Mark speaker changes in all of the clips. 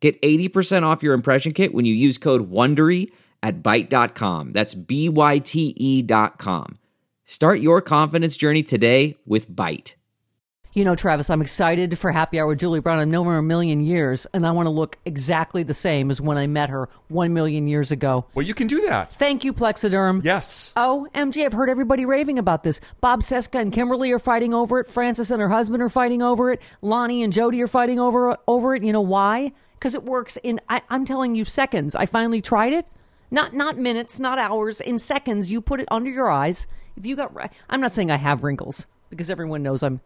Speaker 1: Get 80% off your impression kit when you use code WONDERY at Byte.com. That's B-Y-T-E E dot com. Start your confidence journey today with Byte.
Speaker 2: You know, Travis, I'm excited for Happy Hour with Julie Brown. I've known her a million years, and I want to look exactly the same as when I met her one million years ago.
Speaker 3: Well, you can do that.
Speaker 2: Thank you, Plexiderm.
Speaker 3: Yes.
Speaker 2: Oh, MG, I've heard everybody raving about this. Bob Seska and Kimberly are fighting over it. Frances and her husband are fighting over it. Lonnie and Jody are fighting over over it. You know why? Because it works in I, I'm telling you seconds. I finally tried it. Not not minutes, not hours, in seconds. You put it under your eyes. If you got, ri- I'm not saying I have wrinkles because everyone knows I'm.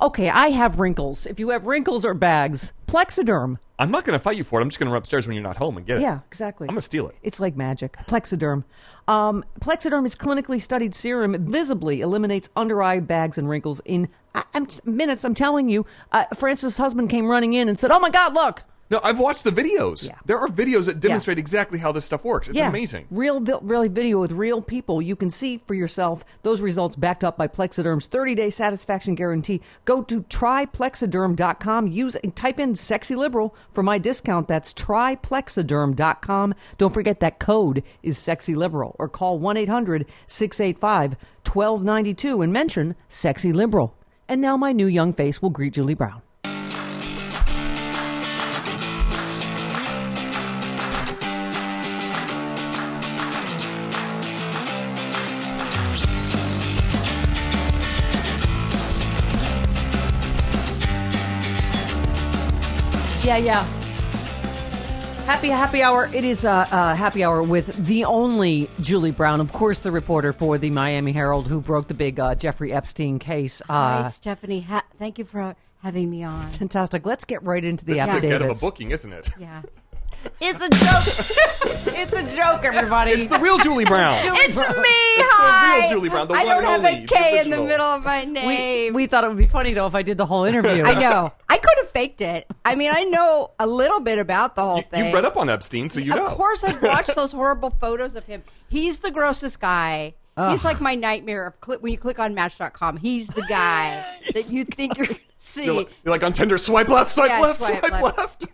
Speaker 2: Okay, I have wrinkles. If you have wrinkles or bags, Plexiderm.
Speaker 3: I'm not going to fight you for it. I'm just going to run upstairs when you're not home and get it.
Speaker 2: Yeah, exactly.
Speaker 3: I'm going to steal it.
Speaker 2: It's like magic. Plexiderm. Um, Plexiderm is clinically studied serum. It visibly eliminates under eye bags and wrinkles in I, I'm, minutes. I'm telling you. Uh, Francis' husband came running in and said, Oh my God, look.
Speaker 3: No, I've watched the videos.
Speaker 2: Yeah.
Speaker 3: There are videos that demonstrate exactly how this stuff works. It's
Speaker 2: yeah,
Speaker 3: amazing.
Speaker 2: Real, vi- real video with real people. You can see for yourself those results backed up by Plexiderm's 30 day satisfaction guarantee. Go to triplexiderm.com. Use type in sexy liberal for my discount. That's triplexiderm.com. Don't forget that code is sexy liberal or call 1 800 685 1292 and mention sexy liberal. And now my new young face will greet Julie Brown. Yeah, yeah. Happy happy hour. It is uh, uh, happy hour with the only Julie Brown, of course, the reporter for the Miami Herald who broke the big uh, Jeffrey Epstein case.
Speaker 4: Hi,
Speaker 2: Uh,
Speaker 4: Stephanie. Ha- thank you for having me on.
Speaker 2: fantastic. Let's get right into the
Speaker 3: This is a get of a
Speaker 2: affidavits.
Speaker 3: booking, isn't it?
Speaker 4: Yeah.
Speaker 2: It's a joke. it's a joke, everybody.
Speaker 3: It's the real Julie Brown.
Speaker 4: It's me.
Speaker 3: the
Speaker 4: hi.
Speaker 3: real Julie Brown, the
Speaker 4: I
Speaker 3: one
Speaker 4: don't
Speaker 3: and
Speaker 4: have
Speaker 3: only,
Speaker 4: a K in the
Speaker 3: original.
Speaker 4: middle of my
Speaker 2: we,
Speaker 4: name.
Speaker 2: we thought it would be funny though if I did the whole interview.
Speaker 4: I know. I could have faked it. I mean, I know a little bit about the whole
Speaker 3: You,
Speaker 4: thing.
Speaker 3: you read up on Epstein, so you know.
Speaker 4: Of course, I've watched those horrible photos of him. He's the grossest guy. He's like my nightmare of cli- when you click on Match.com. He's the guy that you think you're going to see,
Speaker 3: You're like, you're like on Tinder, swipe left, swipe
Speaker 4: Yeah,
Speaker 3: left,
Speaker 4: swipe
Speaker 3: swipe,
Speaker 4: left.
Speaker 3: left.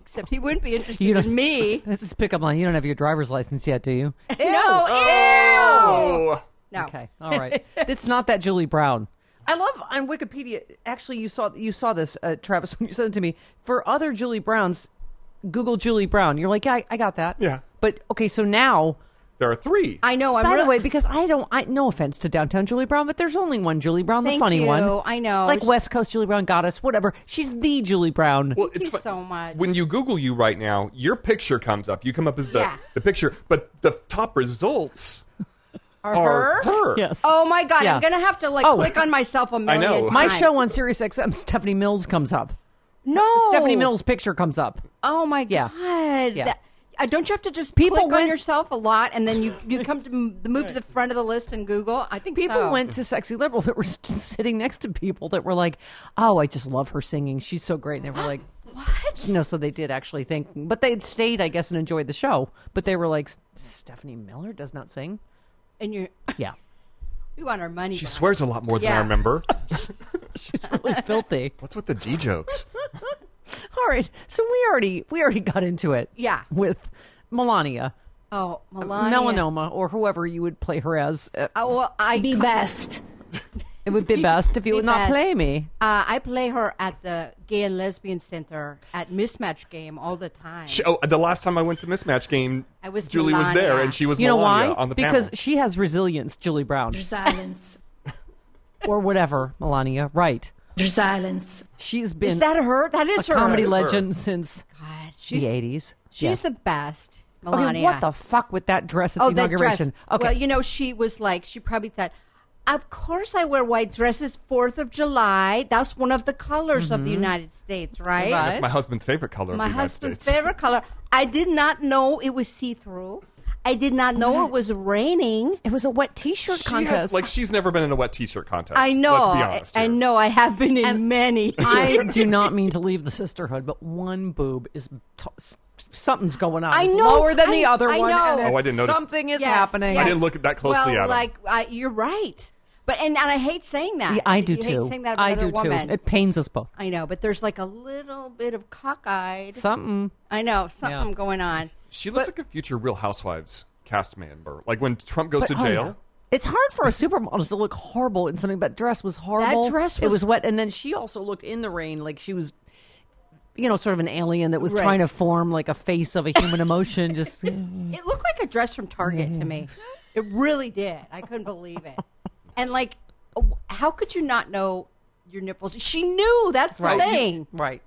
Speaker 4: except he wouldn't be interested
Speaker 2: You don't-
Speaker 4: in me.
Speaker 2: This is pickup line. You don't have your driver's license yet, do you?
Speaker 4: No, ew.
Speaker 3: oh.
Speaker 4: No.
Speaker 2: Okay, all right. it's not that Julie Brown. I love on Wikipedia. Actually, you saw you saw this, uh, Travis, when you sent it to me. For other Julie Browns, Google Julie Brown. You're like, yeah, I, I got that.
Speaker 3: Yeah.
Speaker 2: But okay, so now,
Speaker 3: There are three.
Speaker 4: I know. I'm
Speaker 2: by
Speaker 4: really,
Speaker 2: the way, because I don't, I no offense to downtown Julie Brown, but there's only one Julie Brown, the
Speaker 4: Thank
Speaker 2: funny
Speaker 4: you.
Speaker 2: one.
Speaker 4: I know.
Speaker 2: like
Speaker 4: She-
Speaker 2: West Coast Julie Brown, goddess, whatever. She's the Julie Brown.
Speaker 3: Well, it's
Speaker 4: you so much.
Speaker 3: When you Google you right now, your picture comes up. You come up as the,
Speaker 4: Yeah.
Speaker 3: the picture, but the top results
Speaker 4: Or
Speaker 3: are
Speaker 4: her?
Speaker 3: her.
Speaker 2: yes.
Speaker 4: Oh my god,
Speaker 2: Yeah.
Speaker 4: I'm gonna have to like
Speaker 2: Oh.
Speaker 4: click on myself a million
Speaker 3: know.
Speaker 4: times.
Speaker 2: my show on Sirius XM, Stephanie Mills comes up.
Speaker 4: No
Speaker 2: Stephanie Mills' picture comes up.
Speaker 4: Oh my
Speaker 2: Yeah.
Speaker 4: god.
Speaker 2: Yeah.
Speaker 4: That- uh, don't you have to just
Speaker 2: People
Speaker 4: click
Speaker 2: went-
Speaker 4: on yourself a lot and then you you come to m- move to the front of the list in Google? I think
Speaker 2: people
Speaker 4: so.
Speaker 2: went to sexy liberal that were s- sitting next to people that were like oh i just love her singing she's so great and they were like what no so they did actually think but they stayed i guess and enjoyed the show but they were like stephanie miller does not sing
Speaker 4: and you
Speaker 2: yeah
Speaker 4: we want our money.
Speaker 3: She
Speaker 4: back.
Speaker 3: swears a lot more than I
Speaker 4: Yeah.
Speaker 3: remember.
Speaker 2: she's really filthy
Speaker 3: What's with the D jokes?
Speaker 2: all right so we already we already got into it
Speaker 4: Yeah.
Speaker 2: with melania
Speaker 4: Oh, Melania.
Speaker 2: melanoma or whoever you would play her as uh,
Speaker 4: Oh, well, I
Speaker 5: be best.
Speaker 2: It would be best if you
Speaker 4: Be
Speaker 2: would not
Speaker 4: best.
Speaker 2: play me.
Speaker 4: Uh, I play her at the Gay and Lesbian Center at Mismatch Game all the time.
Speaker 3: She, oh, the last time I went to Mismatch Game,
Speaker 4: I was
Speaker 3: Julie was there
Speaker 4: Melania.
Speaker 3: and she was
Speaker 2: You know
Speaker 3: Melania
Speaker 2: why?
Speaker 3: on the
Speaker 2: because
Speaker 3: panel.
Speaker 2: she has resilience, Julie Brown,
Speaker 5: There's silence.
Speaker 2: or whatever, Melania. Right?
Speaker 5: There's silence.
Speaker 2: She's been
Speaker 4: Is that her? That is
Speaker 2: a
Speaker 4: her.
Speaker 2: comedy
Speaker 3: That is her.
Speaker 2: legend since
Speaker 4: God, she's
Speaker 2: the eighties.
Speaker 4: she's the best. Melania.
Speaker 2: Okay, what the fuck with that dress at
Speaker 4: oh,
Speaker 2: the
Speaker 4: that dress.
Speaker 2: inauguration? Okay,
Speaker 4: Well, you know, she was like, she probably thought, of course I wear white dresses. Fourth of July. That's one of the colors of the United States, right?
Speaker 2: Mm-hmm. Right.
Speaker 3: That's my husband's favorite color. of
Speaker 4: My
Speaker 3: the United
Speaker 4: husband's
Speaker 3: States.
Speaker 4: favorite color. I did not know it was see through. I did not
Speaker 2: Mm-hmm.
Speaker 4: know it was raining.
Speaker 2: it was a wet T-shirt
Speaker 3: She
Speaker 2: contest.
Speaker 3: Has, like she's never been in a wet T-shirt contest.
Speaker 4: I know.
Speaker 3: Let's be
Speaker 4: I-
Speaker 3: honest.
Speaker 4: I,
Speaker 3: here.
Speaker 4: know. I have been in many.
Speaker 2: I do not mean to leave the sisterhood, but one boob is t- s- something's going on.
Speaker 4: I
Speaker 2: It's
Speaker 4: know,
Speaker 2: lower than the
Speaker 4: I-
Speaker 2: other
Speaker 4: I
Speaker 2: one. and
Speaker 4: know.
Speaker 2: it's-
Speaker 3: Oh, I didn't notice.
Speaker 2: Something is
Speaker 4: Yes,
Speaker 2: happening.
Speaker 4: yes.
Speaker 3: didn't look at that closely
Speaker 4: Well,
Speaker 3: at 'em.
Speaker 4: like I, you're right, but and, and I hate saying that.
Speaker 2: Yeah, I do
Speaker 4: You hate
Speaker 2: too.
Speaker 4: saying that about
Speaker 2: I
Speaker 4: another
Speaker 2: do
Speaker 4: woman.
Speaker 2: too. It pains us both.
Speaker 4: I know, but there's like a little bit of cockeyed.
Speaker 2: Something.
Speaker 4: I know something going on.
Speaker 3: She looks like a future Real Housewives cast member. Like when Trump goes to
Speaker 2: oh,
Speaker 3: jail.
Speaker 2: yeah. It's hard for a supermodel to look horrible in something. That dress was horrible.
Speaker 4: dress
Speaker 2: it
Speaker 4: was-
Speaker 2: was wet, and then she also looked in the rain like she was, you know, sort of an alien that was
Speaker 4: Right.
Speaker 2: trying to form like a face of a human emotion. Just
Speaker 4: It looked like a dress from Target to me. It really did. I couldn't believe it. And like, oh, how could you not know your nipples? She knew. That's the
Speaker 2: Right.
Speaker 4: thing.
Speaker 2: right,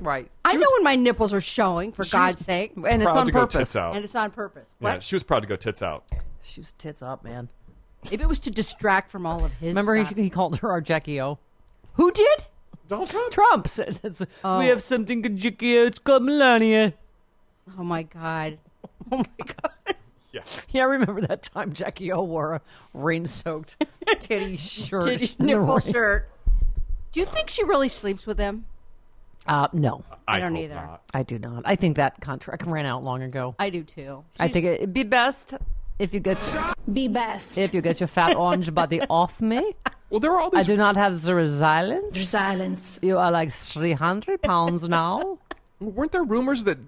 Speaker 2: right,
Speaker 4: I know when my nipples are showing. For God's sake,
Speaker 2: and it's
Speaker 3: proud
Speaker 2: on
Speaker 3: to go
Speaker 2: purpose.
Speaker 3: tits out.
Speaker 4: and it's on purpose.
Speaker 3: yeah,
Speaker 4: What?
Speaker 3: she was proud to go tits out.
Speaker 2: She was tits up, man.
Speaker 4: If it was to distract from all of his.
Speaker 2: Remember, he,
Speaker 4: stuff.
Speaker 2: he called her our Jackie O.
Speaker 4: who did?
Speaker 3: Donald Trump.
Speaker 2: Trump said, that's- "We have something good, Jackie O. It's called Melania."
Speaker 4: Oh my God. Oh my God.
Speaker 3: Yeah.
Speaker 2: Yeah, I remember that time Jackie O wore a rain-soaked titty shirt.
Speaker 4: Did
Speaker 2: in the
Speaker 4: nipple
Speaker 2: rain.
Speaker 4: shirt. Do you think she really sleeps with him?
Speaker 2: Uh, no,
Speaker 3: I,
Speaker 4: don't
Speaker 3: hope
Speaker 4: either.
Speaker 3: Not.
Speaker 2: I do not. I think that contract ran out long ago.
Speaker 4: I do too.
Speaker 2: I think it'd be best if you get your,
Speaker 5: Be best.
Speaker 2: if you get your fat orange body off me.
Speaker 3: Well, there were all
Speaker 2: I
Speaker 3: these.
Speaker 2: do not have the resilience.
Speaker 5: There's silence.
Speaker 2: You are like three hundred pounds now.
Speaker 3: weren't there rumors that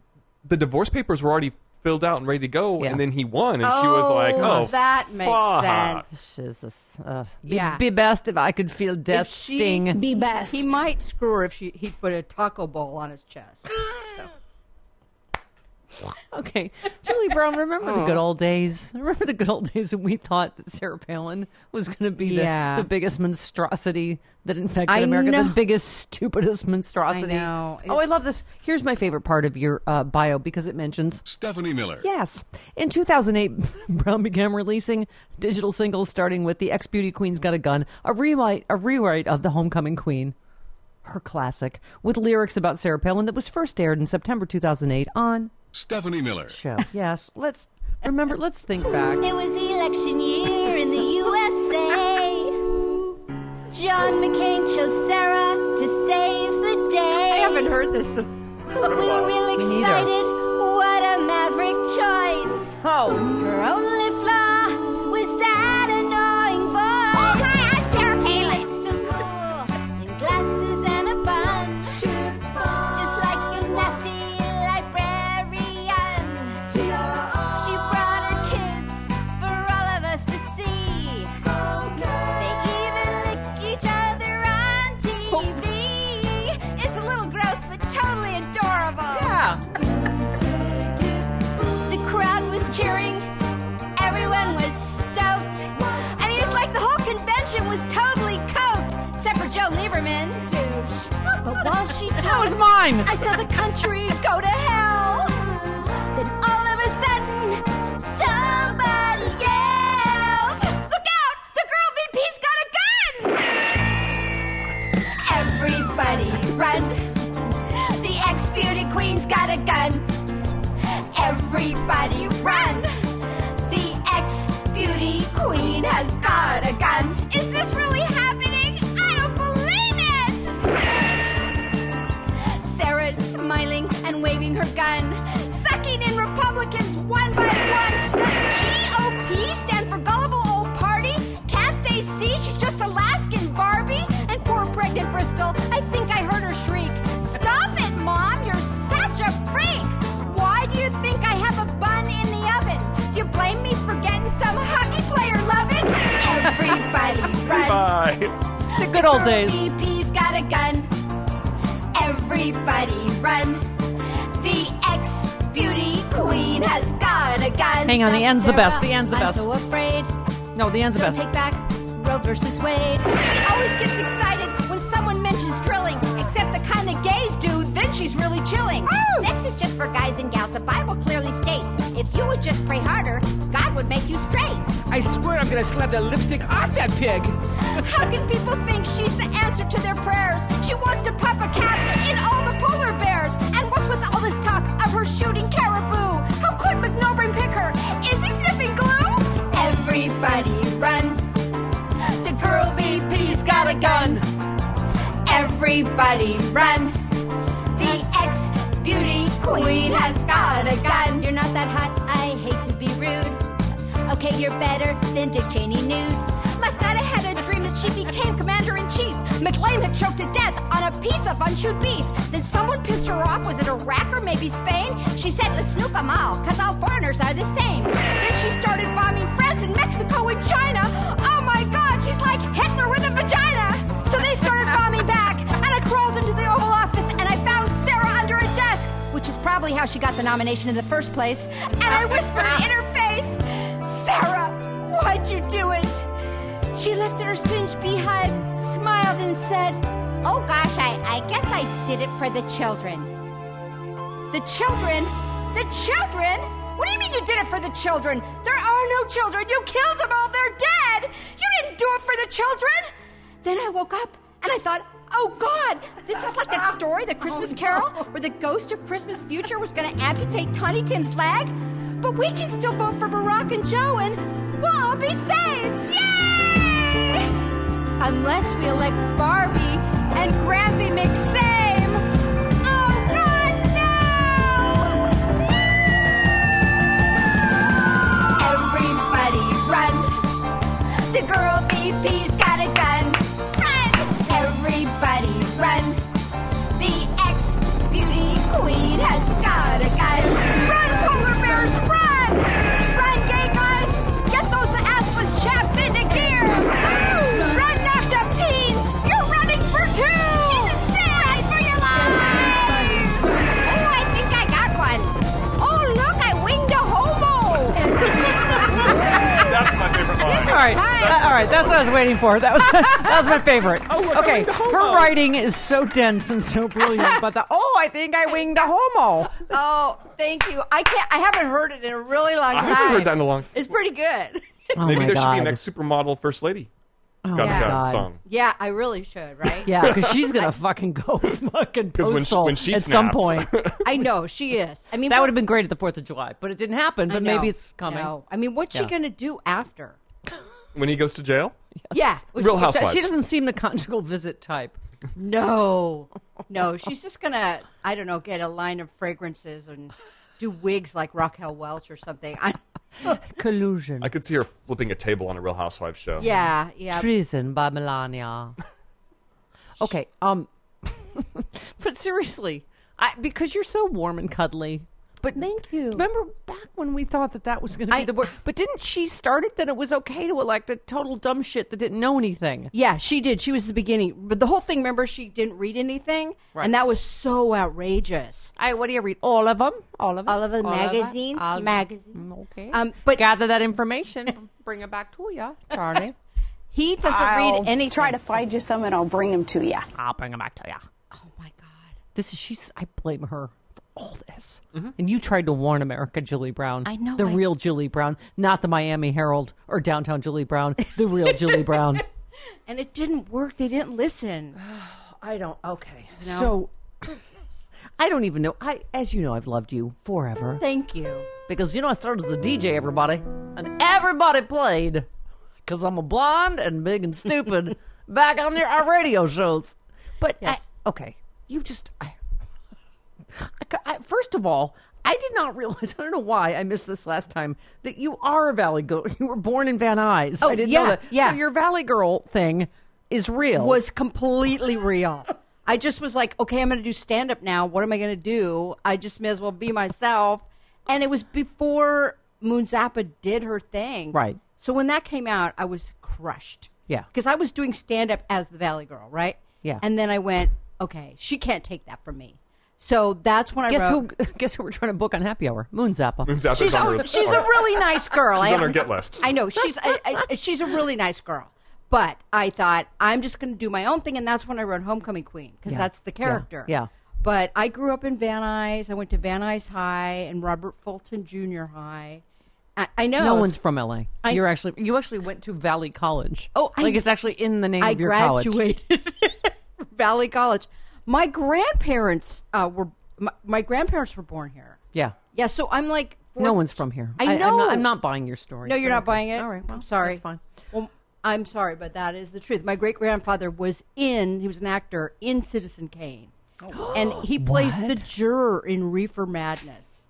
Speaker 3: the divorce papers were already filled out and ready to go,
Speaker 2: Yeah.
Speaker 3: and then he won, and she was like, "Oh,
Speaker 4: that makes
Speaker 3: fuck.
Speaker 4: sense.
Speaker 2: Jesus, uh, be,
Speaker 4: Yeah.
Speaker 2: be best if I could feel death
Speaker 4: she-
Speaker 2: sting.
Speaker 5: Be best.
Speaker 4: He might screw her if she he put a taco bowl on his chest. So.
Speaker 2: Okay. Julie Brown, remember the
Speaker 4: Oh.
Speaker 2: good old days? Remember the good old days when we thought that Sarah Palin was going to be
Speaker 4: Yeah.
Speaker 2: the, the biggest monstrosity that infected
Speaker 4: I
Speaker 2: America,
Speaker 4: know.
Speaker 2: the biggest, stupidest monstrosity.
Speaker 4: I know.
Speaker 2: Oh, I
Speaker 4: It's-
Speaker 2: love this. Here's my favorite part of your uh, bio because it mentions
Speaker 6: Stephanie Miller.
Speaker 2: Yes. In 2008, Brown began releasing digital singles starting with The Ex Beauty Queen's Got a Gun, a rewrite, a rewrite of The Homecoming Queen, her classic, with lyrics about Sarah Palin that was first aired in September 2008 on
Speaker 6: Stephanie Miller.
Speaker 2: show. Yes, let's remember. Let's think back.
Speaker 7: It was election year in the USA. John McCain chose Sarah to save the day.
Speaker 4: I haven't heard this.
Speaker 7: But we were real
Speaker 2: Me neither.
Speaker 7: excited. What a maverick choice.
Speaker 2: Oh,
Speaker 7: Her only flaw was that annoying voice. Oh, hi, I'm Sarah Palin. She looked so cool in glasses and a bun. She looked just like a nasty librarian. She brought her kids for all of us to see. They even lick each other on TV. It's a little gross, but totally adorable.
Speaker 2: yeah.
Speaker 7: The crowd was cheering. Everyone was stoked. I mean, it's like the whole convention was totally coked, except for Joe Lieberman. But while she talked,
Speaker 2: That was mine.
Speaker 7: I saw the country go to hell. Then all of a sudden, somebody yelled, "Look out! The girl VP's got a gun!" Everybody run! The ex-beauty queen's got a gun. Everybody run! The ex beauty queen has got a gun. Is this really happening? I don't believe it! Sarah's smiling and waving her
Speaker 3: right.
Speaker 2: The good old days.
Speaker 7: BP's got a gun. Everybody run. The ex beauty queen has got a gun.
Speaker 2: Hang on, the
Speaker 7: Stop,
Speaker 2: end's the best,
Speaker 7: Sarah.
Speaker 2: the end's the
Speaker 7: I'm
Speaker 2: best.
Speaker 7: so afraid.
Speaker 2: No, the end's the
Speaker 7: Don't
Speaker 2: best.
Speaker 7: take back Roe versus Wade. She always gets excited when someone mentions drilling, except the kind that gays do. Then she's really chilling. Sex is just for guys and gals. The Bible clearly states if you would just pray harder, God would make you straight.
Speaker 6: I swear I'm gonna slap that lipstick off that pig.
Speaker 7: How can people think she's the answer to their prayers? She wants to pop a cap in all the polar bears. And what's with all this talk of her shooting caribou? How could McNobrin pick her? Is he sniffing glue? Everybody run. The girl VP's got a gun. Everybody run. The ex beauty queen has got a gun. You're not that hot. I hate to be rude. Okay, you're better than Dick Cheney nude. Last night I had a dream that she became commander in chief. McLean had choked to death on a piece of unchewed beef. Then someone pissed her off. Was it Iraq or maybe Spain? She said, let's nuke 'em all, 'cause all foreigners are the same. Then she started bombing France and Mexico and China. Oh my god, she's like Hitler with a vagina. So they started bombing back, and I crawled into the Oval Office and I found Sarah under a desk, which is probably how she got the nomination in the first place. And I whispered in her face, Sarah, why'd you do it? She lifted her singed beehive, smiled, and said, Oh gosh, I, I guess I did it for the children. The children? The children? What do you mean you did it for the children? There are no children. You killed them all. They're dead. You didn't do it for the children. Then I woke up and I thought, oh God, this is like that story, The Christmas Carol, where the ghost of Christmas Future was going to amputate Tawny Tim's leg. But we can still vote for Barack and Joe and we'll all be saved. Yay! Unless we elect Barbie and Grampy McSame. Oh God, no! Everybody run. The girl BP's got a gun. Run! Everybody run. The ex beauty queen has got a gun. Run, polar bears, run! Run, gay guys! Get those assless chaps into gear! Run, knocked up teens! You're running for two! She's a sin! Run for your lives! Oh, I think I got one. Oh, look, I winged a homo!
Speaker 8: That's my favorite line.
Speaker 2: All right,
Speaker 8: That's-
Speaker 2: Uh, all right. That's what I was waiting for. That was that was my favorite.
Speaker 3: Oh, look, I
Speaker 2: okay,
Speaker 3: winged a homo.
Speaker 2: her writing is so dense and so brilliant. But the oh, I think I winged a homo.
Speaker 4: Oh, thank you. I can't. I haven't heard it in a really long
Speaker 8: I
Speaker 4: time.
Speaker 8: haven't
Speaker 3: I heard that in a long.
Speaker 4: It's pretty good.
Speaker 2: Oh
Speaker 3: Maybe
Speaker 2: my
Speaker 3: there
Speaker 2: God.
Speaker 3: should be an ex supermodel first lady.
Speaker 2: Oh
Speaker 8: Got
Speaker 2: my
Speaker 8: a gun
Speaker 2: God.
Speaker 8: song.
Speaker 4: yeah, I really should, right?
Speaker 2: Yeah, because she's gonna fucking go fucking
Speaker 3: 'Cause when she-
Speaker 2: postal
Speaker 3: when she
Speaker 2: at some
Speaker 3: snaps.
Speaker 2: point.
Speaker 4: I know she is. I mean,
Speaker 2: That
Speaker 4: what-
Speaker 2: would have been great at the Fourth of July, but it didn't happen.
Speaker 4: I
Speaker 2: But
Speaker 4: know.
Speaker 2: maybe it's coming.
Speaker 4: No. I mean, what's
Speaker 2: Yeah.
Speaker 4: she gonna do after?
Speaker 3: When he goes to jail,
Speaker 4: Yeah, which-
Speaker 3: Real Housewives.
Speaker 2: That- She doesn't seem the conjugal visit type.
Speaker 4: No, no, she's just gonna. I don't know. Get a line of fragrances and do wigs like Raquel Welch or something. I,
Speaker 2: Collusion,
Speaker 3: I could see her flipping a table on a Real Housewives show.
Speaker 4: yeah, yeah.
Speaker 2: treason by Melania. okay, um, but seriously, I because you're so warm and cuddly. But
Speaker 4: Thank you.
Speaker 2: Remember back when we thought that that was going to be
Speaker 4: I-
Speaker 2: the word, but didn't she start it that it was okay to elect a total dumb shit that didn't know anything?
Speaker 4: Yeah, she did. She was the beginning, but the whole thing. Remember, she didn't read anything, and that was so outrageous.
Speaker 2: I what do you read? All of them, all of them,
Speaker 4: All of the magazines,
Speaker 2: all of 'em.
Speaker 4: magazines.
Speaker 2: Okay,
Speaker 4: Um, but
Speaker 2: gather that information, bring it back to you, Charlie.
Speaker 4: he doesn't read anything.
Speaker 9: Try to find you some and I'll bring them to you.
Speaker 2: I'll bring it back to you.
Speaker 4: Oh my god!
Speaker 2: This is she's. I blame her for all this. And you tried to warn America, Julie Brown.
Speaker 4: I know,
Speaker 2: the
Speaker 4: I-
Speaker 2: real Julie Brown, not the Miami Herald or downtown Julie Brown. The real Julie Brown.
Speaker 4: And it didn't work. They didn't listen.
Speaker 2: I don't. Okay, so I don't even know. I, as you know, I've loved you forever
Speaker 4: Thank you.
Speaker 2: because you know I started as a DJ. Everybody and everybody played because I'm a blonde and big and stupid back on your, our radio shows. But I- okay, you just I, I ca- I- first of all, I did not realize. I don't know why I missed this last time that you are a valley girl. You were born in Van Nuys. I
Speaker 4: Oh,
Speaker 2: didn't know
Speaker 4: yeah,
Speaker 2: that.
Speaker 4: yeah.
Speaker 2: So your valley girl thing is real.
Speaker 4: Was completely real. I just was like, okay, I'm going to do stand up now. What am I going to do? I just may as well be myself. And it was before Moon Zappa did her thing,
Speaker 2: Right.
Speaker 4: So when that came out, I was crushed.
Speaker 2: Yeah.
Speaker 4: Because I was doing stand up as the Valley Girl, right?
Speaker 2: Yeah.
Speaker 4: And then I went, okay, she can't take that from me. So that's when I
Speaker 2: Guess
Speaker 4: wrote,
Speaker 2: who? Guess who we're trying to book on Happy Hour? Moon Zappa.
Speaker 3: Moon's out there
Speaker 4: She's,
Speaker 3: on
Speaker 4: a,
Speaker 3: her-
Speaker 4: she's
Speaker 3: on
Speaker 4: a
Speaker 3: her-
Speaker 4: really nice girl.
Speaker 3: She's
Speaker 4: I
Speaker 3: on her
Speaker 4: am-
Speaker 3: get list.
Speaker 4: I know she's I, I, she's a really nice girl, but I thought I'm just going to do my own thing, and that's when I wrote Homecoming Queen because that's the character.
Speaker 2: yeah.
Speaker 4: But I grew up in Van Nuys. I went to Van Nuys High and Robert Fulton Junior High. I, I know
Speaker 2: No one's from LA.
Speaker 4: I-
Speaker 2: You're actually you actually went to Valley College.
Speaker 4: Oh, I-
Speaker 2: like it's actually in the name
Speaker 4: I
Speaker 2: of your college.
Speaker 4: graduated from Valley College. My grandparents uh, were my, my grandparents were born here.
Speaker 2: Yeah.
Speaker 4: Yeah, so I'm like
Speaker 2: No one's from here.
Speaker 4: I
Speaker 2: I'm
Speaker 4: know.
Speaker 2: not, I'm not buying your story.
Speaker 4: No, you're
Speaker 2: but
Speaker 4: not
Speaker 2: okay.
Speaker 4: buying it.
Speaker 2: All right. Well,
Speaker 4: I'm sorry.
Speaker 2: That's fine.
Speaker 4: Well, I'm sorry, but that is the truth. My great grandfather was in. He was an actor in Citizen Kane,
Speaker 2: Oh.
Speaker 4: and he plays the juror in Reefer Madness.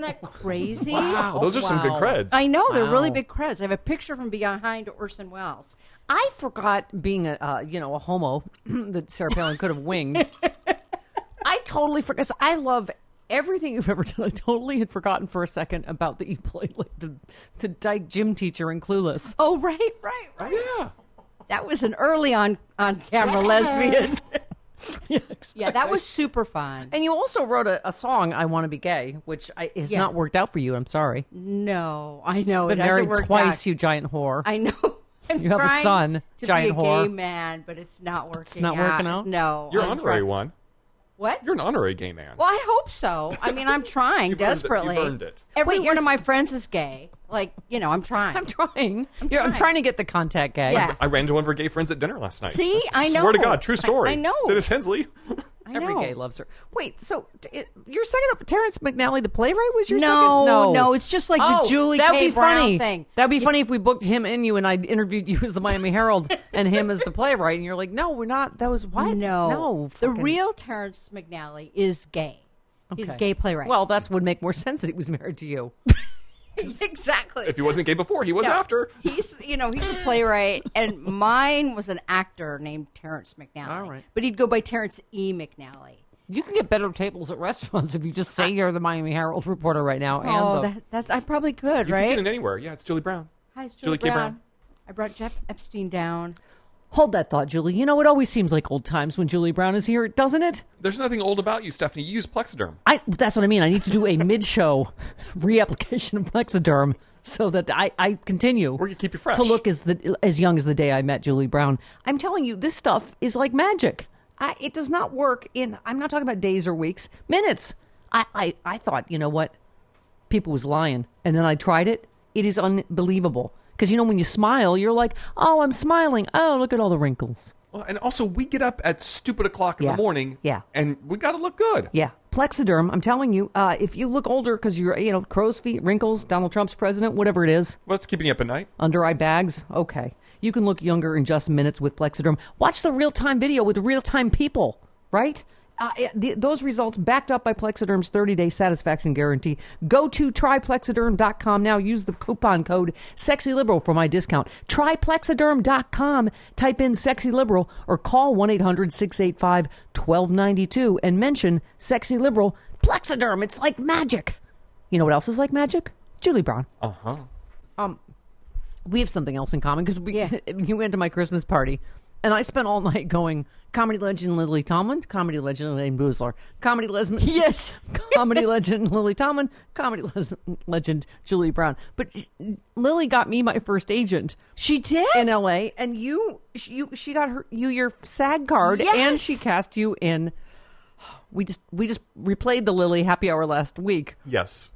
Speaker 4: that crazy?
Speaker 8: Wow, those are some good
Speaker 2: wow.
Speaker 8: creds.
Speaker 4: I know they're really
Speaker 2: Wow.
Speaker 4: big credits. I have a picture from behind Orson Welles.
Speaker 2: I forgot being a uh, you know a homo that Sarah Palin could have winged. I totally forgot. 'cause I love everything you've ever done. I totally had forgotten for a second about that you played like the the dyke gym teacher in Clueless.
Speaker 4: Oh, right, right, right.
Speaker 2: Oh,
Speaker 4: Yeah, that was an early on on camera lesbian. Yeah, that was super fun.
Speaker 2: And you also wrote a, a song, "I Want to Be Gay," which I, has
Speaker 4: Yeah.
Speaker 2: not worked out for you. I'm sorry.
Speaker 4: No, I know.
Speaker 2: Been
Speaker 4: it hasn't
Speaker 2: married
Speaker 4: worked
Speaker 2: twice,
Speaker 4: out.
Speaker 2: you giant whore.
Speaker 4: I know. I'm
Speaker 2: You have a
Speaker 4: trying
Speaker 2: son,
Speaker 4: to
Speaker 2: giant
Speaker 4: be a
Speaker 2: whore.
Speaker 4: gay man, but it's not working.
Speaker 2: not
Speaker 4: out.
Speaker 2: working out?
Speaker 4: No,
Speaker 3: You're
Speaker 4: I'm
Speaker 3: honorary
Speaker 4: try-
Speaker 3: one.
Speaker 4: What?
Speaker 3: You're an honorary gay man.
Speaker 4: well, I hope so. I mean, I'm trying
Speaker 3: You've earned it. You've
Speaker 4: desperately.
Speaker 3: earned it.
Speaker 2: Wait,
Speaker 4: Every one
Speaker 2: you're
Speaker 4: of my friends is gay. Like, you know, I'm trying.
Speaker 2: I'm trying. You're- I'm
Speaker 4: trying.
Speaker 2: trying to get the contact gag.
Speaker 4: Yeah.
Speaker 3: I ran into one of her gay friends at dinner last night.
Speaker 4: See? I know.
Speaker 3: Swear to God, true story.
Speaker 4: I know.
Speaker 3: Dennis Hensley.
Speaker 4: I
Speaker 2: Every
Speaker 4: know.
Speaker 2: gay loves her. Wait, so t- it, your second up, Terrence McNally, the playwright, was your
Speaker 4: No,
Speaker 2: second?
Speaker 4: no, it's just like the
Speaker 2: Oh,
Speaker 4: Julie
Speaker 2: that'd
Speaker 4: K.
Speaker 2: be
Speaker 4: Brown
Speaker 2: funny.
Speaker 4: thing.
Speaker 2: That'd be funny if we booked him and you, and I interviewed you as the Miami Herald and him as the playwright, and you're like, no, we're not. That was what?
Speaker 4: No,
Speaker 2: no,
Speaker 4: the
Speaker 2: fucking-
Speaker 4: real Terrence McNally is gay. He's a
Speaker 2: Okay.
Speaker 4: gay playwright.
Speaker 2: Well, that's would make more sense that he was married to you.
Speaker 4: exactly.
Speaker 3: If he wasn't gay before, he was
Speaker 4: No.
Speaker 3: after.
Speaker 4: He's, you know, he's a playwright, and mine was an actor named Terrence McNally.
Speaker 2: All right.
Speaker 4: But he'd go by Terrence E. McNally.
Speaker 2: You can get better tables at restaurants if you just say you're the Miami Herald reporter right now.
Speaker 4: oh,
Speaker 2: and the,
Speaker 4: that, that's I probably could,
Speaker 3: You
Speaker 4: right?
Speaker 3: can get in anywhere. Yeah, it's Julie Brown.
Speaker 4: Hi, it's
Speaker 3: Julie
Speaker 4: Julie,
Speaker 3: K.
Speaker 4: Brown.
Speaker 3: Brown.
Speaker 4: I brought Jeff Epstein down.
Speaker 2: hold that thought, Julie. You know, it always seems like old times when Julie Brown is here, doesn't it?
Speaker 3: There's nothing old about you, Stephanie. You use Plexiderm.
Speaker 2: I that's what I mean. I need to do a mid-show reapplication of Plexiderm so that I, I continue
Speaker 3: Or you keep you fresh.
Speaker 2: to look as the as young as the day I met Julie Brown. I'm telling you, this stuff is like magic. I, it does not work in. I'm not talking about days or weeks, minutes. I, I I thought you know what, people was lying, and then I tried it. It is unbelievable because you know when you smile, you're like, oh, I'm smiling. Oh, look at all the wrinkles.
Speaker 3: Well, and also, we get up at stupid o'clock in
Speaker 2: Yeah.
Speaker 3: the morning.
Speaker 2: Yeah.
Speaker 3: And we got to look good.
Speaker 2: Yeah, Plexiderm. I'm telling you, uh, if you look older because you're, you know, crow's feet, wrinkles, Donald Trump's president, whatever it is,
Speaker 3: What's keeping you up at night?
Speaker 2: under eye bags, okay, you can look younger in just minutes with Plexiderm. Watch the real time video with real time people, right? Uh, it- the, those results backed up by Plexiderm's 30 day satisfaction guarantee. Go to triplexiderm.com now. Use the coupon code SEXYLIBERAL for my discount. Triplexiderm.com. Type in Sexy Liberal or call 1 800 685 1292 and mention Sexy Liberal. Plexiderm, it's like magic. You know what else is like magic? Julie Brown Um, we have something else in common because we you went to my Christmas party, and I spent all night going comedy legend Lily Tomlin, comedy legend Elaine Boozler, comedy legend yes, comedy legend Lily Tomlin, comedy les- legend Julie Brown. But sh- Lily got me my first agent
Speaker 4: She did.
Speaker 2: in L.A. and you sh- you she got her you your SAG card and
Speaker 4: Yes!
Speaker 2: she cast you in. We just we just replayed the Lily Happy Hour last week
Speaker 3: Yes.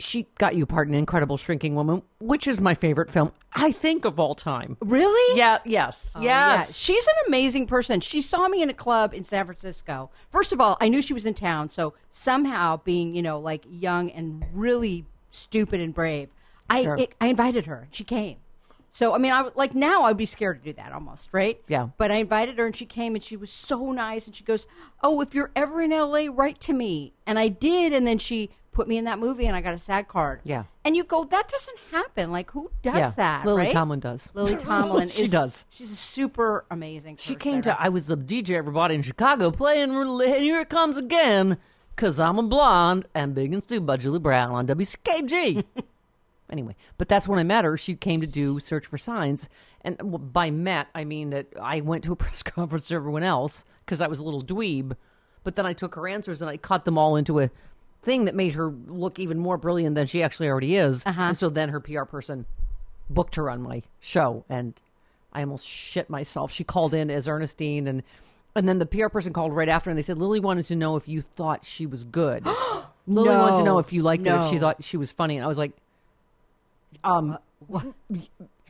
Speaker 2: she got you a part in Incredible Shrinking Woman, which is my favorite film, I think, of all time.
Speaker 4: Really? Oh,
Speaker 2: Yeah, yes, yes.
Speaker 4: Um, Yeah, she's an amazing person. She saw me in a club in San Francisco. First of all, I knew she was in town, so somehow being, you know, like young and really stupid and brave, I it, I invited her. She came. So I mean, I would- like now I'd be scared to do that almost, right?
Speaker 2: Yeah.
Speaker 4: But I invited her, and she came, and she was so nice. And she goes, "Oh, if you're ever in LA, write to me." And I did, and then she put me in that movie, and I got a SAG card.
Speaker 2: Yeah.
Speaker 4: And you go, that doesn't happen. Like, who does
Speaker 2: Yeah.
Speaker 4: that?
Speaker 2: Lily
Speaker 4: right?
Speaker 2: Tomlin does.
Speaker 4: Lily Tomlin.
Speaker 2: She
Speaker 4: is,
Speaker 2: does.
Speaker 4: She's a super amazing.
Speaker 2: She
Speaker 4: person.
Speaker 2: came to, I was the DJ everybody in Chicago playing, and here it comes again, because I'm a blonde and big and stupid by Julie Brown on WCKG. Anyway, but that's when I met her. She came to do Search for Signs. And well, by met, I mean that I went to a press conference with everyone else because I was a little dweeb. But then I took her answers and I cut them all into a thing that made her look even more brilliant than she actually already is. And so then her PR person booked her on my show and I almost shit myself. She called in as Ernestine and and then the PR person called right after and they said Lily wanted to know if you thought she was good. Lily wanted to know
Speaker 4: No.
Speaker 2: if you liked her, if she
Speaker 4: No. Uh,
Speaker 2: thought she was funny. And I was like, um,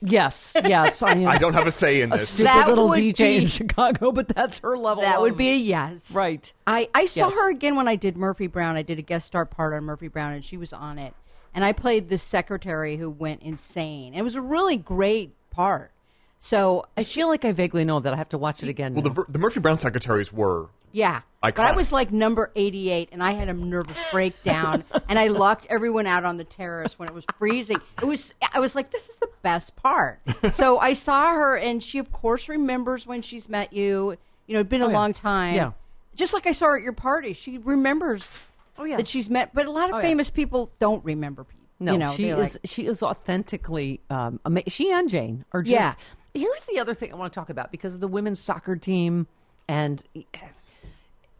Speaker 2: yes, yes. I mean,
Speaker 3: I don't have a say in
Speaker 2: a
Speaker 3: this.
Speaker 2: stupid
Speaker 4: That
Speaker 2: little
Speaker 4: would
Speaker 2: DJ in
Speaker 4: be-
Speaker 2: Chicago, but that's her level.
Speaker 4: That would
Speaker 2: of-
Speaker 4: be a yes.
Speaker 2: right.
Speaker 4: I, I saw
Speaker 2: Yes.
Speaker 4: her again when I did Murphy Brown. I did a guest star part on Murphy Brown, and she was on it. And I played this secretary who went insane. It was a really great part. So
Speaker 2: I feel like I vaguely know that. I have to watch it again.
Speaker 3: well, the,
Speaker 2: now.
Speaker 3: Ver- the Murphy Brown secretaries were.
Speaker 4: Yeah. But I
Speaker 3: Iconic.
Speaker 4: was like number 88 and I had a nervous breakdown and I locked everyone out on the terrace when it was freezing. It was I was like this is the best part. so I saw her and she of course remembers when she's met you. You know, it'd been a
Speaker 2: Oh, yeah.
Speaker 4: long time.
Speaker 2: Yeah.
Speaker 4: Just like I saw her at your party. She remembers
Speaker 2: Oh, yeah.
Speaker 4: that she's met but a lot of
Speaker 2: Oh, yeah.
Speaker 4: famous people don't remember people.
Speaker 2: No,
Speaker 4: you know,
Speaker 2: she
Speaker 4: they're like-
Speaker 2: is she is authentically um, ama- she and Jane are just.
Speaker 4: Yeah.
Speaker 2: Here's the other thing I want to talk about because the women's soccer team and eh,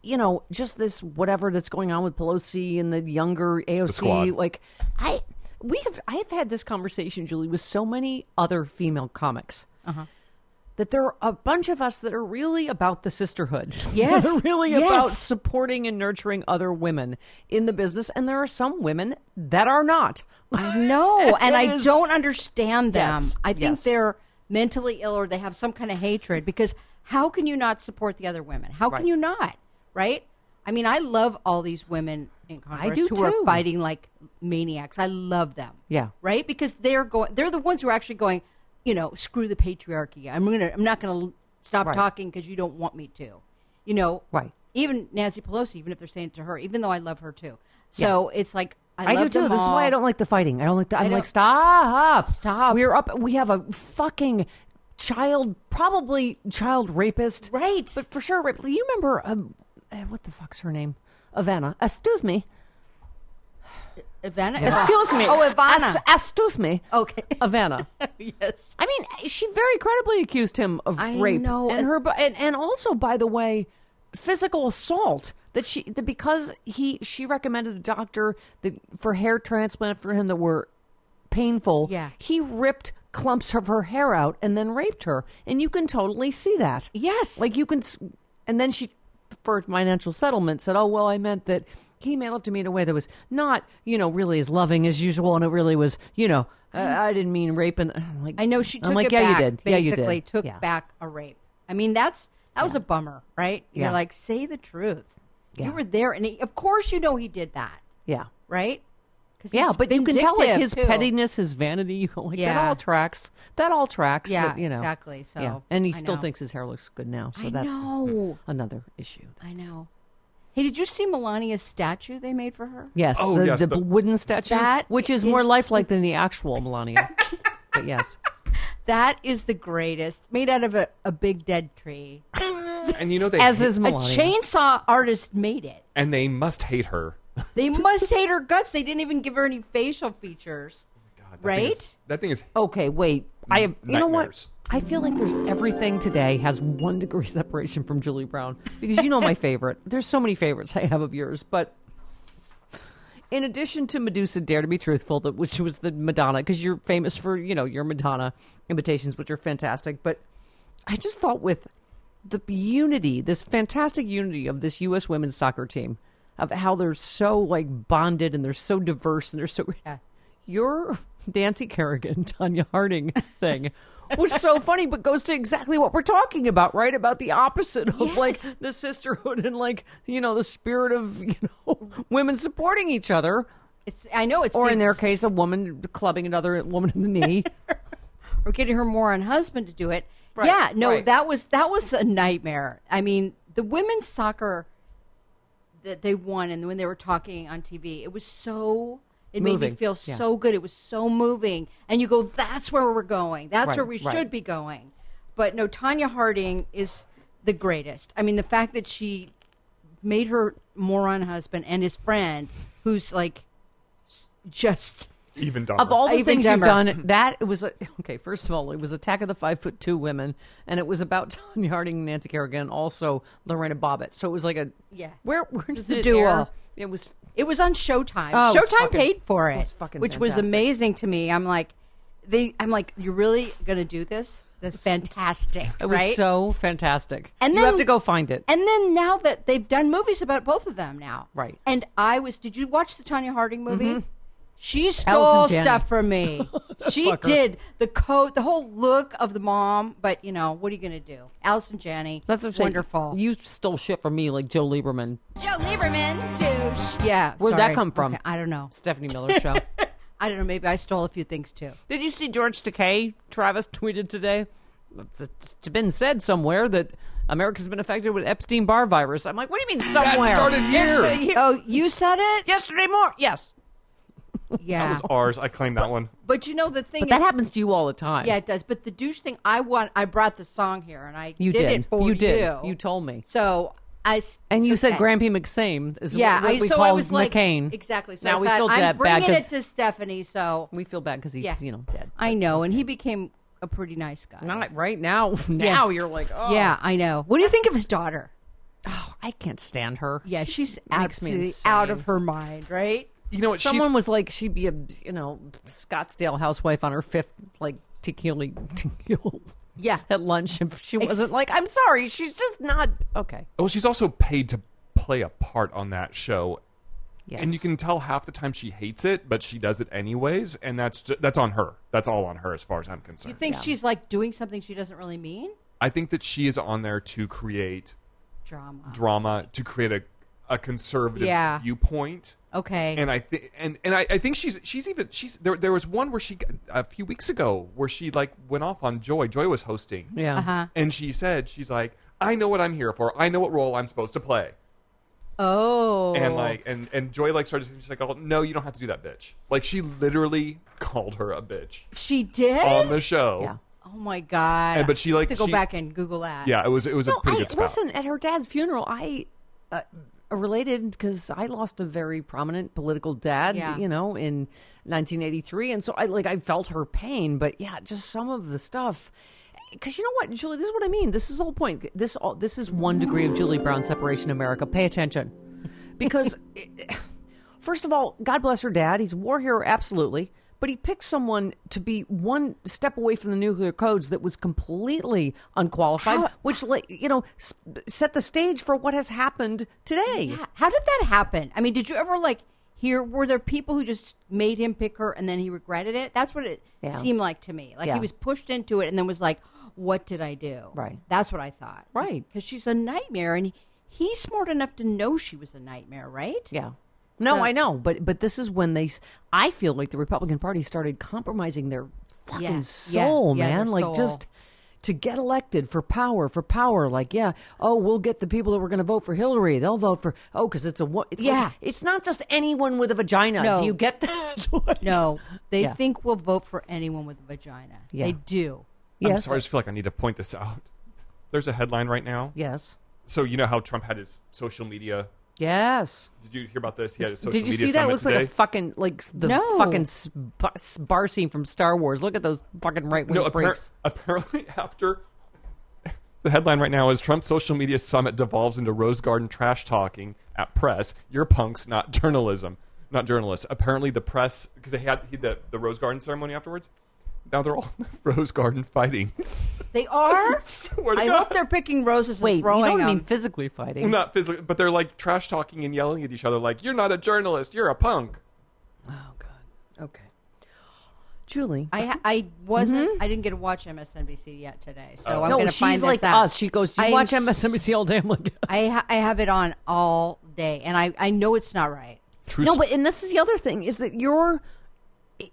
Speaker 2: you know just this whatever that's going on with Pelosi and the younger AOC.
Speaker 3: squad.
Speaker 2: like I we have I have had this conversation, Julie, with so many other female comics.
Speaker 4: Uh-huh.
Speaker 2: That there are a bunch of us that are really about the sisterhood.
Speaker 4: Yes.
Speaker 2: They're really about
Speaker 4: Yes.
Speaker 2: supporting and nurturing other women in the business, and there are some women that are not.
Speaker 4: I know, and
Speaker 2: It
Speaker 4: I
Speaker 2: is-
Speaker 4: don't understand them.
Speaker 2: Yes,
Speaker 4: I think
Speaker 2: yes.
Speaker 4: they're mentally ill or they have some kind of hatred because how can you not support the other women? How
Speaker 2: Right.
Speaker 4: can you not? Right? I mean, I love all these women in Congress
Speaker 2: do
Speaker 4: who
Speaker 2: too.
Speaker 4: are fighting like maniacs. I love them.
Speaker 2: Yeah.
Speaker 4: Right? Because they're going they're the ones who are actually going, you know, screw the patriarchy. I'm going to I'm not going to stop
Speaker 2: Right.
Speaker 4: talking because you don't want me to. You know.
Speaker 2: Right.
Speaker 4: Even Nancy Pelosi, even if they're saying it to her, even though I love her too. So it's like I,
Speaker 2: I do
Speaker 4: love
Speaker 2: too.
Speaker 4: them
Speaker 2: This is why I
Speaker 4: all.
Speaker 2: don't like the fighting. I don't like the. I'm like
Speaker 4: don't-
Speaker 2: stop,
Speaker 4: Stop.
Speaker 2: We're up. We have a fucking child, probably child rapist,
Speaker 4: Right.
Speaker 2: But for sure, rape. You remember um, eh, what the fuck's her name? Ivana. Excuse me.
Speaker 4: Ivana.
Speaker 2: Excuse me.
Speaker 4: Oh, Ivana.
Speaker 2: Es- excuse me.
Speaker 4: Okay.
Speaker 2: Ivana.
Speaker 4: yes.
Speaker 2: I mean, she very credibly accused him of
Speaker 4: I
Speaker 2: rape,
Speaker 4: know.
Speaker 2: and her, and, and also, by the way, physical assault. That she, that because he, she recommended a doctor that for hair transplant for him that were painful.
Speaker 4: Yeah.
Speaker 2: he ripped clumps of her hair out and then raped her, and you can totally see that.
Speaker 4: Yes.
Speaker 2: like you can, s- and then she, for financial settlement, said, "Oh well, I meant that." He made love to me in a way that was not, you know, really as loving as usual, and it really was, you know, I, I didn't mean rape. And I'm like,
Speaker 4: I know she took
Speaker 2: I'm like,
Speaker 4: it
Speaker 2: yeah,
Speaker 4: back.
Speaker 2: you did. Yeah, you
Speaker 4: Basically,
Speaker 2: did.
Speaker 4: took
Speaker 2: Yeah.
Speaker 4: back a rape. I mean, that's that was a bummer, right? You're
Speaker 2: Yeah.
Speaker 4: like, say the truth.
Speaker 2: Yeah.
Speaker 4: You were there, and he, of course, you know he did that,
Speaker 2: Yeah.
Speaker 4: right? 'Cause
Speaker 2: Yeah,
Speaker 4: he's
Speaker 2: but you can tell like
Speaker 4: vindictive,
Speaker 2: his
Speaker 4: too.
Speaker 2: pettiness, his vanity, like that
Speaker 4: Yeah.
Speaker 2: all tracks. That all tracks.
Speaker 4: Yeah,
Speaker 2: that, you know.
Speaker 4: exactly. So,
Speaker 2: yeah. and he
Speaker 4: I
Speaker 2: still
Speaker 4: know.
Speaker 2: thinks his hair looks good now. So
Speaker 4: I
Speaker 2: that's
Speaker 4: know.
Speaker 2: another issue.
Speaker 4: I
Speaker 2: That's-
Speaker 4: know. Hey, did you see Melania's statue they made for her?
Speaker 2: Yes,
Speaker 3: Oh,
Speaker 2: the,
Speaker 3: yes,
Speaker 2: the,
Speaker 3: the-
Speaker 2: wooden statue,
Speaker 4: That
Speaker 2: which is, more
Speaker 4: is-
Speaker 2: lifelike than the actual Melania. but yes,
Speaker 4: That is the greatest. Made out of a, a big dead tree.
Speaker 3: And you know they
Speaker 2: as is
Speaker 4: A
Speaker 2: Melania.
Speaker 4: chainsaw artist made it.
Speaker 3: and they must hate her. God,
Speaker 4: They must hate her guts. They didn't even give her any facial features.
Speaker 3: Oh that thing
Speaker 4: Right?
Speaker 3: is- that thing is
Speaker 2: Okay, wait. I have, you know what?
Speaker 3: Nightmares.
Speaker 2: I feel like there's everything today has one degree separation from Julie Brown because you know my favorite. There's so many favorites I have of yours, but in addition to Medusa Dare to Be Truthful, that which was the Madonna, because you're famous for you know your Madonna imitations, which are fantastic. But I just thought with the unity, this fantastic unity of this U.S. women's soccer team, of how they're so like bonded and they're so diverse and they're so. Your Nancy Kerrigan, Tanya Harding thing was so funny, but goes to exactly what we're talking about, right? About the opposite of like the sisterhood and like, you know, the spirit of, you know, women supporting each other.
Speaker 4: It's I know it's
Speaker 2: Or
Speaker 4: the
Speaker 2: in their
Speaker 4: ex-
Speaker 2: case, a woman clubbing another woman in the knee.
Speaker 4: or getting her moron husband to do it.
Speaker 2: Right,
Speaker 4: yeah, no,
Speaker 2: right.
Speaker 4: that was that was a nightmare. I mean, the women's soccer that they won, and when they were talking on TV, it was so. It made
Speaker 2: Moving,
Speaker 4: me feel
Speaker 2: yeah.
Speaker 4: so good. It was so moving, and you go, "That's where we're going. That's
Speaker 2: Right,
Speaker 4: where we
Speaker 2: right.
Speaker 4: should be going." But no, Tanya Harding is the greatest. I mean, the fact that she made her moron husband and his friend, who's like just
Speaker 3: Even dumber.
Speaker 2: of all the
Speaker 4: Even
Speaker 2: things
Speaker 4: dumber.
Speaker 2: you've done, that it was a, okay. First of all, it was Attack of the Five Foot Two Women, and it was about Tony Harding and Nancy Kerrigan, also Lorena Bobbitt. So it was like a
Speaker 4: Yeah.
Speaker 2: Where where
Speaker 4: was
Speaker 2: did
Speaker 4: a
Speaker 2: it
Speaker 4: duel.
Speaker 2: air? It was
Speaker 4: It was on Showtime.
Speaker 2: Oh, it was
Speaker 4: Showtime
Speaker 2: fucking-
Speaker 4: paid for
Speaker 2: it
Speaker 4: it,
Speaker 2: was fucking
Speaker 4: which was
Speaker 2: fantastic.
Speaker 4: amazing to me. I'm like, they. I'm like, you're really gonna do this? That's fantastic,
Speaker 2: it was
Speaker 4: right?
Speaker 2: so fantastic.
Speaker 4: And
Speaker 2: you
Speaker 4: then-
Speaker 2: have to go find it.
Speaker 4: and then now that they've done movies about both of them now,
Speaker 2: Right. Mm-hmm.
Speaker 4: And I was. Did you watch the Tanya Harding movie? She stole
Speaker 2: Alice and Janet.
Speaker 4: stuff from me. she did the coat, the whole look of the mom. But you know, what are you gonna do? Alice and Janney.
Speaker 2: That's what I'm saying.
Speaker 4: wonderful.
Speaker 2: You stole shit from me, like Joe Lieberman,
Speaker 7: Joe Lieberman, douche.
Speaker 4: yeah.
Speaker 2: Where'd that
Speaker 4: sorry.
Speaker 2: come from?
Speaker 4: Okay, I don't know.
Speaker 2: Stephanie Miller show.
Speaker 4: I don't know. Maybe I stole a few things too.
Speaker 2: Did you see George Takei? Travis tweeted today. It's been said somewhere that America's been affected with Epstein Barr virus. I'm like, what do you mean somewhere?
Speaker 3: started here.
Speaker 2: Yeah, yeah,
Speaker 4: Oh, you said it?
Speaker 2: Yesterday morning. Yes.
Speaker 4: Yeah.
Speaker 3: That was ours. I claimed that one.
Speaker 4: But you know the thing
Speaker 2: But that
Speaker 4: is,
Speaker 2: happens to you all the time.
Speaker 4: yeah, it does. But the douche thing, I want. I brought the song here, and I
Speaker 2: You
Speaker 4: did,
Speaker 2: did.
Speaker 4: it for you.
Speaker 2: You did. You told me.
Speaker 4: So I s-
Speaker 2: And you
Speaker 4: took
Speaker 2: said
Speaker 4: that.
Speaker 2: Grampy McSame is
Speaker 4: Yeah,
Speaker 2: what
Speaker 4: I,
Speaker 2: we
Speaker 4: so
Speaker 2: called
Speaker 4: I was like
Speaker 2: McCain.
Speaker 4: exactly. So
Speaker 2: now
Speaker 4: I
Speaker 2: we
Speaker 4: thought,
Speaker 2: feel
Speaker 4: I'm
Speaker 2: dead bad
Speaker 4: bringing it
Speaker 2: because
Speaker 4: to Stephanie. So
Speaker 2: we feel bad because he's
Speaker 4: yeah,
Speaker 2: you know dead.
Speaker 4: I know, and he became a pretty nice guy.
Speaker 2: Not right now. Now you're like, oh,
Speaker 4: Yeah, I know. What do you think of his daughter?
Speaker 2: I can't stand her.
Speaker 4: Yeah, she's
Speaker 2: Makes me
Speaker 4: absolutely out
Speaker 2: insane.
Speaker 4: of her mind, right?
Speaker 3: You know what?
Speaker 2: Someone was like, she'd be a you know Scottsdale housewife on her fifth like tequila, tequila
Speaker 4: Yeah.
Speaker 2: at lunch if she wasn't like, I'm sorry, she's just not okay.
Speaker 3: Well, oh, she's also paid to play a part on that show,
Speaker 2: Yes.
Speaker 3: and you can tell half the time she hates it, but she does it anyways, and that's ju- that's on her. That's all on her, as far as I'm
Speaker 4: You
Speaker 3: concerned.
Speaker 4: think she's like doing something she doesn't really mean?
Speaker 3: I think that she is on there to create
Speaker 4: Drama.
Speaker 3: drama, to create a a conservative
Speaker 4: Yeah.
Speaker 3: viewpoint.
Speaker 4: okay.
Speaker 3: And I think and and I, I think she's she's even she's there. There was one where she got- a few weeks ago where she like went off on Joy. Joy was hosting.
Speaker 2: yeah.
Speaker 4: Uh-huh.
Speaker 3: And she said she's like, I know what I'm here for. I know what role I'm supposed to play.
Speaker 4: oh.
Speaker 3: and like and and joy like started she's like oh no you don't have to do that bitch like she literally called her a bitch
Speaker 4: She did.
Speaker 3: on the show
Speaker 2: Yeah.
Speaker 4: oh my god!
Speaker 3: And- but she, like,
Speaker 4: to go
Speaker 3: she-
Speaker 4: back and Google that.
Speaker 3: yeah it was it was a
Speaker 2: No,
Speaker 3: pretty
Speaker 2: I
Speaker 3: good spot
Speaker 2: listen at her dad's funeral. I uh, related because I lost a very prominent political dad,
Speaker 4: Yeah.
Speaker 2: you know, in 1983, and so I like I felt her pain. But yeah, just some of the stuff. Because you know what, Julie, this is what I mean. This is the whole point. This all this is one degree of Julie Brown separation. in America, pay attention, because. First of all, God bless her dad. He's a war hero, absolutely. But he picked someone to be one step away from the nuclear codes that was completely unqualified, which, like, you know, s- set the stage for what has happened today.
Speaker 4: Yeah. How did that happen? I mean, did you ever like hear? Were there people who just made him pick her and then he regretted it? That's what it
Speaker 2: Yeah.
Speaker 4: seemed like to me. Like
Speaker 2: Yeah.
Speaker 4: he was pushed into it and then was like, "What did I do?"
Speaker 2: Right.
Speaker 4: That's what I thought.
Speaker 2: Right.
Speaker 4: Because she's a nightmare, and he, he's smart enough to know she was a nightmare, right?
Speaker 2: Yeah. No,
Speaker 4: So-
Speaker 2: I know, but but this is when they. s- I feel like the Republican Party started compromising their fucking
Speaker 4: Yeah, yeah,
Speaker 2: soul,
Speaker 4: yeah, their
Speaker 2: man. like
Speaker 4: soul.
Speaker 2: just to get elected for power, for power. Like, yeah, oh, we'll get the people that were going to vote for Hillary. They'll vote for oh, because it's a wo- it's like-
Speaker 4: Yeah.
Speaker 2: it's not just anyone with a vagina.
Speaker 4: No.
Speaker 2: Do you get that? Like-
Speaker 4: No, they
Speaker 2: Yeah.
Speaker 4: think we'll vote for anyone with a vagina.
Speaker 2: Yeah.
Speaker 4: They do.
Speaker 3: i'm
Speaker 2: Yes.
Speaker 3: sorry i just feel like i need to point this out there's a headline right now
Speaker 2: Yes.
Speaker 3: so you know how trump had his social media
Speaker 2: Yes.
Speaker 3: did you hear about this he had a social
Speaker 2: Did you
Speaker 3: media
Speaker 2: see that? It
Speaker 3: summit
Speaker 2: looks
Speaker 3: today
Speaker 2: like a fucking like s- the
Speaker 4: No.
Speaker 2: fucking sp- s- bar scene from Star Wars. Look at those fucking right wing
Speaker 3: no appar-
Speaker 2: freaks.
Speaker 3: apparently after the headline right now is trump's social media summit devolves into rose garden trash talking at press you're punks not journalism not journalists apparently the press because they had he, the, the rose garden ceremony afterwards now they're all in the rose garden fighting
Speaker 4: They are.
Speaker 3: Swear to
Speaker 4: I
Speaker 3: God.
Speaker 4: hope they're picking roses
Speaker 2: Wait,
Speaker 4: and
Speaker 2: you know
Speaker 4: throwing
Speaker 2: what I
Speaker 4: them.
Speaker 2: mean? Physically fighting.
Speaker 3: not physically but they're like trash talking and yelling at each other like you're not a journalist you're a punk
Speaker 2: Oh God. Okay. Julie.
Speaker 4: I ha- I wasn't. I didn't get to watch MSNBC yet today, so I'm
Speaker 2: no,
Speaker 4: going to
Speaker 2: she's
Speaker 4: find
Speaker 2: like
Speaker 4: this out.
Speaker 2: us. She goes, "Do you
Speaker 4: I'm
Speaker 2: watch
Speaker 4: s-
Speaker 2: MSNBC all day?" I'm like,
Speaker 4: I ha- I have it on all day, and I I know it's not right.
Speaker 3: True
Speaker 2: no,
Speaker 3: s-
Speaker 2: but and this is the other thing is that your